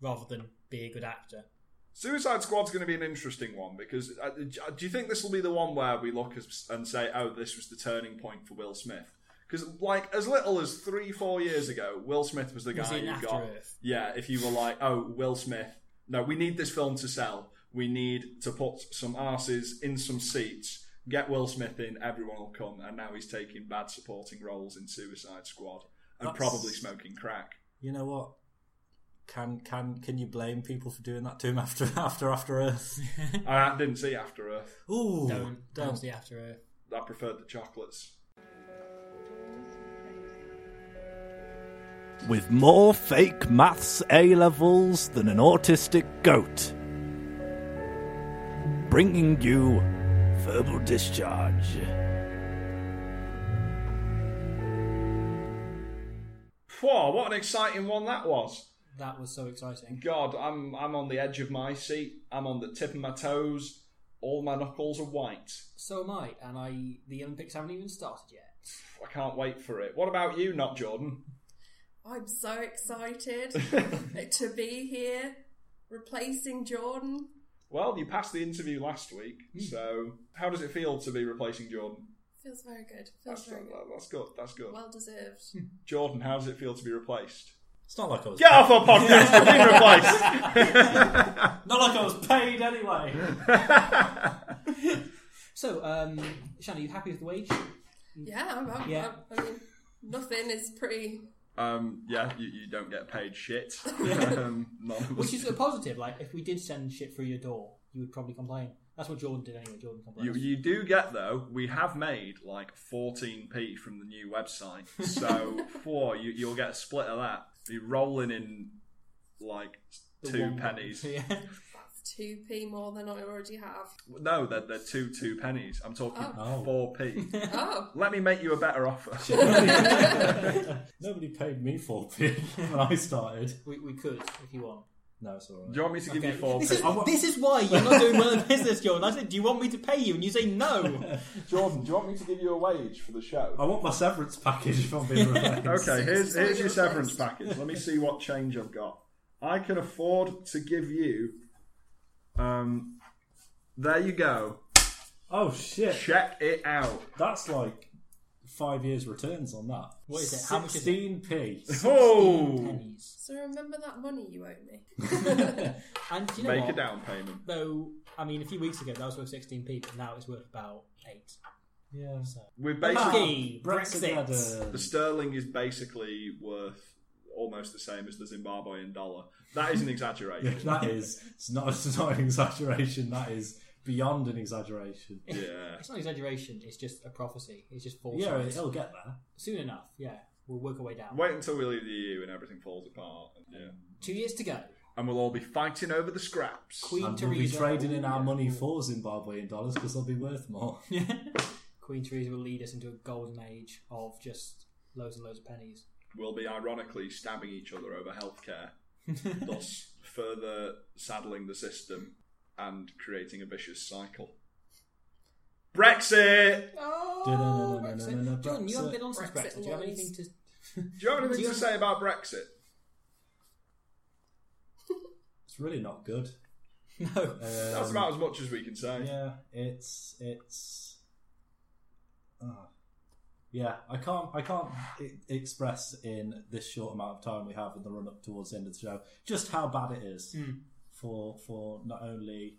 Speaker 2: rather than be a good actor.
Speaker 3: Suicide Squad's going to be an interesting one because uh, do you think this will be the one where we look as, and say, "Oh, this was the turning point for Will Smith"? Because like as little as three, four years ago, Will Smith was the guy
Speaker 2: he in
Speaker 3: who
Speaker 2: After
Speaker 3: got.
Speaker 2: Earth?
Speaker 3: Yeah, if you were like, "Oh, Will Smith, no, we need this film to sell. We need to put some asses in some seats." Get Will Smith in, everyone will come, and now he's taking bad supporting roles in Suicide Squad and probably smoking crack.
Speaker 1: You know what? Can can can you blame people for doing that to him after after after Earth?
Speaker 3: I didn't see After Earth.
Speaker 1: Ooh,
Speaker 2: Don't, don't see After Earth.
Speaker 3: I preferred the chocolates.
Speaker 6: with more fake maths A levels than an autistic goat. Bringing you verbal discharge.
Speaker 3: Whoa, what an exciting one that was.
Speaker 2: That was so exciting.
Speaker 3: God, I'm I'm on the edge of my seat. I'm on the tip of my toes. All my knuckles are white.
Speaker 2: So am I, and I the Olympics haven't even started yet.
Speaker 3: I can't wait for it. What about you, not Jordan?
Speaker 7: I'm so excited to be here replacing Jordan.
Speaker 3: Well, you passed the interview last week, so how does it feel to be replacing Jordan?
Speaker 7: Feels very good. Feels
Speaker 3: That's,
Speaker 7: very good.
Speaker 3: that's good. That's good.
Speaker 7: Well deserved.
Speaker 3: Jordan, how does it feel to be replaced?
Speaker 1: It's not like I was
Speaker 3: Get off our podcast. We're being replaced.
Speaker 1: not like I was paid anyway.
Speaker 2: So, um, Shannon, are you happy with the wage?
Speaker 7: Yeah, I'm, I'm,
Speaker 2: Yeah.
Speaker 7: I'm, I mean, nothing is pretty.
Speaker 3: Um, yeah, you, you don't get paid shit. um, none of
Speaker 2: Which
Speaker 3: us.
Speaker 2: is a positive. Like, if we did send shit through your door, you would probably complain. That's what Jordan did anyway. Jordan
Speaker 3: You,
Speaker 2: complained.
Speaker 3: you do get though. We have made like 14p from the new website, so for you, you'll get a split of that. Be rolling in like two
Speaker 2: one-
Speaker 3: pennies.
Speaker 2: yeah.
Speaker 7: That's 2p more than I already have.
Speaker 3: No, they're, they're two two pennies. I'm talking
Speaker 1: Oh.
Speaker 3: four p.
Speaker 7: Oh,
Speaker 3: Let me make you a better offer.
Speaker 1: Nobody paid me four p when I started.
Speaker 2: We, we could if you want.
Speaker 1: No, it's alright.
Speaker 3: Do you want me to give you four p?
Speaker 2: This is, this is why you're not doing well in business, Jordan. I said, "Do you want me to pay you?" And you say, "No."
Speaker 3: Jordan, do you want me to give you a wage for the
Speaker 1: I
Speaker 3: show?
Speaker 1: want my severance package if I'm being replaced.
Speaker 3: Okay, here's here's your
Speaker 7: Sorry,
Speaker 3: severance
Speaker 7: first.
Speaker 3: package. Let me see what change I've got. I can afford to give you. Um, there you go.
Speaker 1: Oh shit,
Speaker 3: Check it out.
Speaker 1: that's like five years returns on that.
Speaker 2: What is it? How much is
Speaker 1: Sixteen
Speaker 2: it?
Speaker 1: p.
Speaker 3: Oh,
Speaker 2: Pennies.
Speaker 7: so remember that money you owe me?
Speaker 2: And do you know
Speaker 3: make a
Speaker 2: what?
Speaker 3: down payment.
Speaker 2: Though, I mean, a few weeks ago that was worth 16p, but now it's worth about eight.
Speaker 1: Yeah.
Speaker 3: We're basically
Speaker 2: Hey,
Speaker 1: Brexit. uh,
Speaker 2: Brexit.
Speaker 3: the sterling is basically worth almost the same as the Zimbabwean dollar. That is an exaggeration.
Speaker 1: That is. It's not. It's not an exaggeration. That is beyond an exaggeration.
Speaker 3: Yeah.
Speaker 2: It's not exaggeration. It's just a prophecy. It's just false.
Speaker 1: Yeah, it'll get there.
Speaker 2: Soon enough, yeah, we'll work our way down.
Speaker 3: Wait until we leave the EU and everything falls apart. Yeah.
Speaker 2: Two years to go.
Speaker 3: And we'll all be fighting over the scraps.
Speaker 2: Queen
Speaker 1: And we'll be
Speaker 2: Teresa.
Speaker 1: trading in our money for Zimbabwean dollars because they'll be worth more.
Speaker 2: Queen Teresa will lead us into a golden age of just loads and loads of pennies.
Speaker 3: We'll be ironically stabbing each other over healthcare, thus further saddling the system and creating a vicious cycle. Brexit!
Speaker 2: Oh,
Speaker 1: Da-da-da-da-da-da-da,
Speaker 2: Brexit. Jordan, you haven't
Speaker 1: Brexit.
Speaker 2: been on since
Speaker 7: Brexit
Speaker 2: Brexit. Do you have
Speaker 7: laws.
Speaker 2: anything to?
Speaker 3: Do you have anything to say about Brexit?
Speaker 1: It's really not good. Um,
Speaker 2: No.
Speaker 3: That's about as much as we can say.
Speaker 1: Yeah, it's it's. Ah. yeah, I can't I can't e- express in this short amount of time we have in the run up towards the end of the show just how bad it is
Speaker 2: Hmm.
Speaker 1: for for not only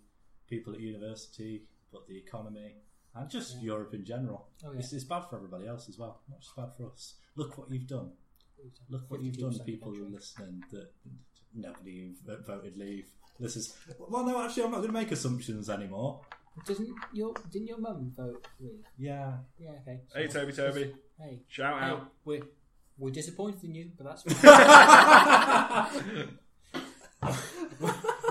Speaker 1: people at university but the economy and just Europe in general.
Speaker 2: Oh, yeah.
Speaker 1: it's, it's bad for everybody else as well, not just bad for us. Look what you've done. Look what you've done,
Speaker 2: 52%
Speaker 1: people who are
Speaker 2: country.
Speaker 1: listening that nobody who voted leave. This is well, no, actually, I'm not going to make assumptions anymore.
Speaker 2: Doesn't your didn't your mum vote? Leave?
Speaker 1: Yeah,
Speaker 2: Yeah. Okay. So,
Speaker 3: Hey, Toby Toby.
Speaker 2: hey.
Speaker 3: Shout
Speaker 2: Hey,
Speaker 3: out.
Speaker 2: we're, we're disappointed in you, but that's fine.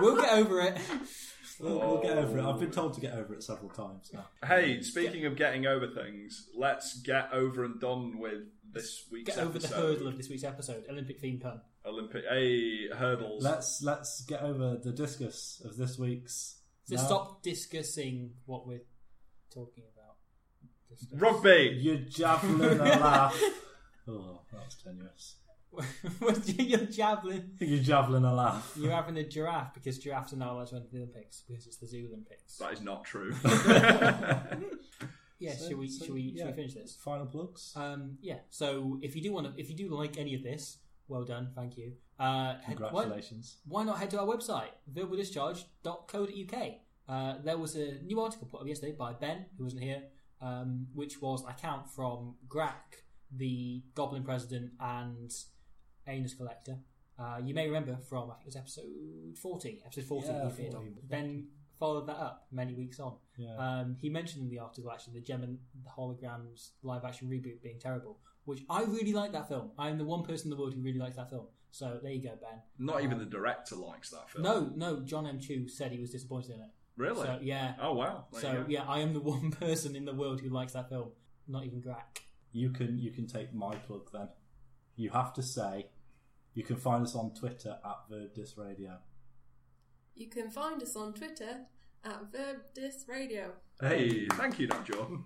Speaker 2: we'll get over it.
Speaker 1: we'll, we'll get over it. I've been told to get over it several times now.
Speaker 3: Hey, speaking of getting over things, let's get over and done with this week's
Speaker 2: Get over the
Speaker 3: episode.
Speaker 2: hurdle of this week's episode. Olympic theme pun.
Speaker 3: Olympic hey, hurdles.
Speaker 1: Let's let's get over the discus of this week's.
Speaker 2: So
Speaker 1: now.
Speaker 2: stop discussing what we're talking about. Discuss-
Speaker 3: Rugby.
Speaker 1: your javelin and laugh. Oh, that's tenuous.
Speaker 2: What's your- your javelin.
Speaker 1: Your javelin and laugh.
Speaker 2: You're having a giraffe because giraffes are not allowed to enter the Olympics because it's the Zoo Olympics.
Speaker 3: That is not true.
Speaker 2: Yeah,
Speaker 1: So-
Speaker 2: should we
Speaker 1: so,
Speaker 2: should we should
Speaker 1: yeah.
Speaker 2: we finish this?
Speaker 1: Final plugs.
Speaker 2: Um, yeah. So if you do want to, if you do like any of this, well done, thank you. Uh, head- why-
Speaker 1: Congratulations.
Speaker 2: why not head to our website, verbaldischarge.co.uk? Uh, there was a new article put up yesterday by Ben, who wasn't here, um, which was an account from Grack, the Goblin President and Anus Collector. Uh, you may remember from, I think it was episode 40. Episode 40,
Speaker 1: Yeah,
Speaker 2: he appeared
Speaker 1: 40.
Speaker 2: on. Ben followed that up many weeks on.
Speaker 1: Yeah.
Speaker 2: Um, he mentioned in the article, actually, the Gem and the Holograms live action reboot being terrible, which I really like that film. I'm the one person in the world who really likes that film. So there you go, Ben.
Speaker 3: not even the director likes that film.
Speaker 2: No, no. John M. Chu said he was disappointed in it.
Speaker 3: Really?
Speaker 2: So yeah.
Speaker 3: Oh wow. There you
Speaker 2: so
Speaker 3: go.
Speaker 2: yeah, I am the one person in the world who likes that film. Not even Grack.
Speaker 1: you can you can take my plug then. You have to say you can find us on Twitter at Verdis Radio.
Speaker 7: You can find us on Twitter at Verb Dis Radio.
Speaker 3: Hey, thank you, Dad Joe.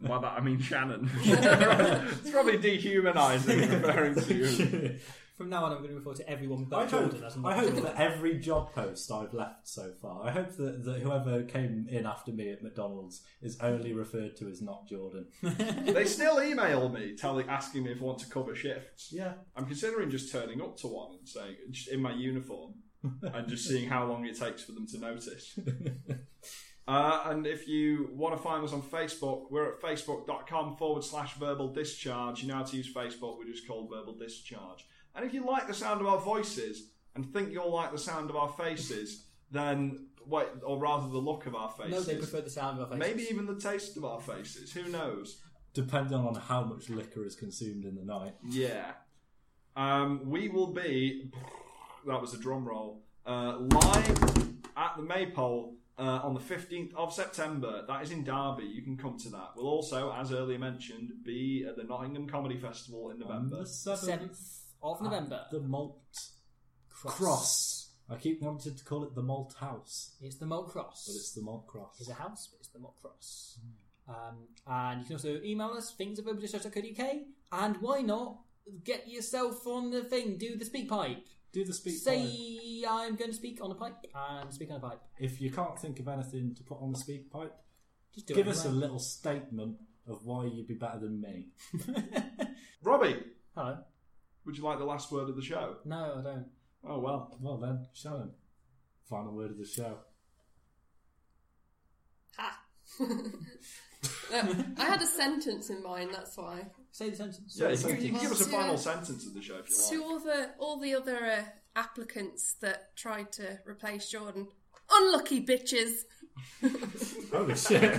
Speaker 3: By that I mean Shannon. it's probably dehumanising referring to you.
Speaker 2: From now on, I'm going to refer to everyone
Speaker 1: I
Speaker 2: but
Speaker 1: hope,
Speaker 2: Jordan as
Speaker 1: I
Speaker 2: my
Speaker 1: hope that every job post I've left so far, I hope that, that whoever came in after me at McDonald's is only referred to as not Jordan.
Speaker 3: They still email me, telling, asking me if I want to cover shifts.
Speaker 1: Yeah.
Speaker 3: I'm considering just turning up to one and saying, just in my uniform, and just seeing how long it takes for them to notice. Uh, and if you want to find us on Facebook, we're at facebook.com forward slash verbal discharge. You know how to use Facebook, we're just called verbal discharge. And if you like the sound of our voices and think you'll like the sound of our faces, then, wait, or rather the look of our faces.
Speaker 2: No, they prefer the sound of our faces.
Speaker 3: Maybe even the taste of our faces. Who knows?
Speaker 1: Depending on how much liquor is consumed in the night.
Speaker 3: Yeah. Um, we will be. That was a drum roll. Uh, live at the Maypole uh, on the 15th of September. That is in Derby. You can come to that. We'll also, as earlier mentioned, be at the Nottingham Comedy Festival
Speaker 1: On
Speaker 3: in
Speaker 1: the
Speaker 3: November.
Speaker 1: 7th
Speaker 2: 7th of November.
Speaker 1: The Malt Cross. I keep wanting to call it the Malt House,
Speaker 2: It's the Malt Cross.
Speaker 1: but it's Hmm. the Malt Cross.
Speaker 2: It's a house, but it's the Mott Cross. Um, and you can also email us, things at uk and why not get yourself on the thing, do the speak pipe.
Speaker 1: Do the speak pipe.
Speaker 2: Say I'm going to speak on a pipe, and speak on a pipe.
Speaker 1: If you can't think of anything to put on the speak pipe,
Speaker 2: Just do
Speaker 1: give
Speaker 2: it.
Speaker 1: us a
Speaker 2: anyway.
Speaker 1: little statement of why you'd be better than me.
Speaker 3: Robbie,
Speaker 2: Hello.
Speaker 3: would you like the last word of the show?
Speaker 2: No, I don't.
Speaker 3: Oh, well.
Speaker 1: Well then, Shannon, final word of the show.
Speaker 7: Ha! Look, I had a sentence in mind, that's why.
Speaker 2: Say the sentence.
Speaker 3: Yeah, you, can- you can give us a
Speaker 7: Well,
Speaker 3: final
Speaker 7: to-
Speaker 3: sentence of the show if you
Speaker 7: To
Speaker 3: like.
Speaker 7: all the, all the other uh, applicants that tried to replace Jordan, unlucky bitches!
Speaker 1: Holy shit!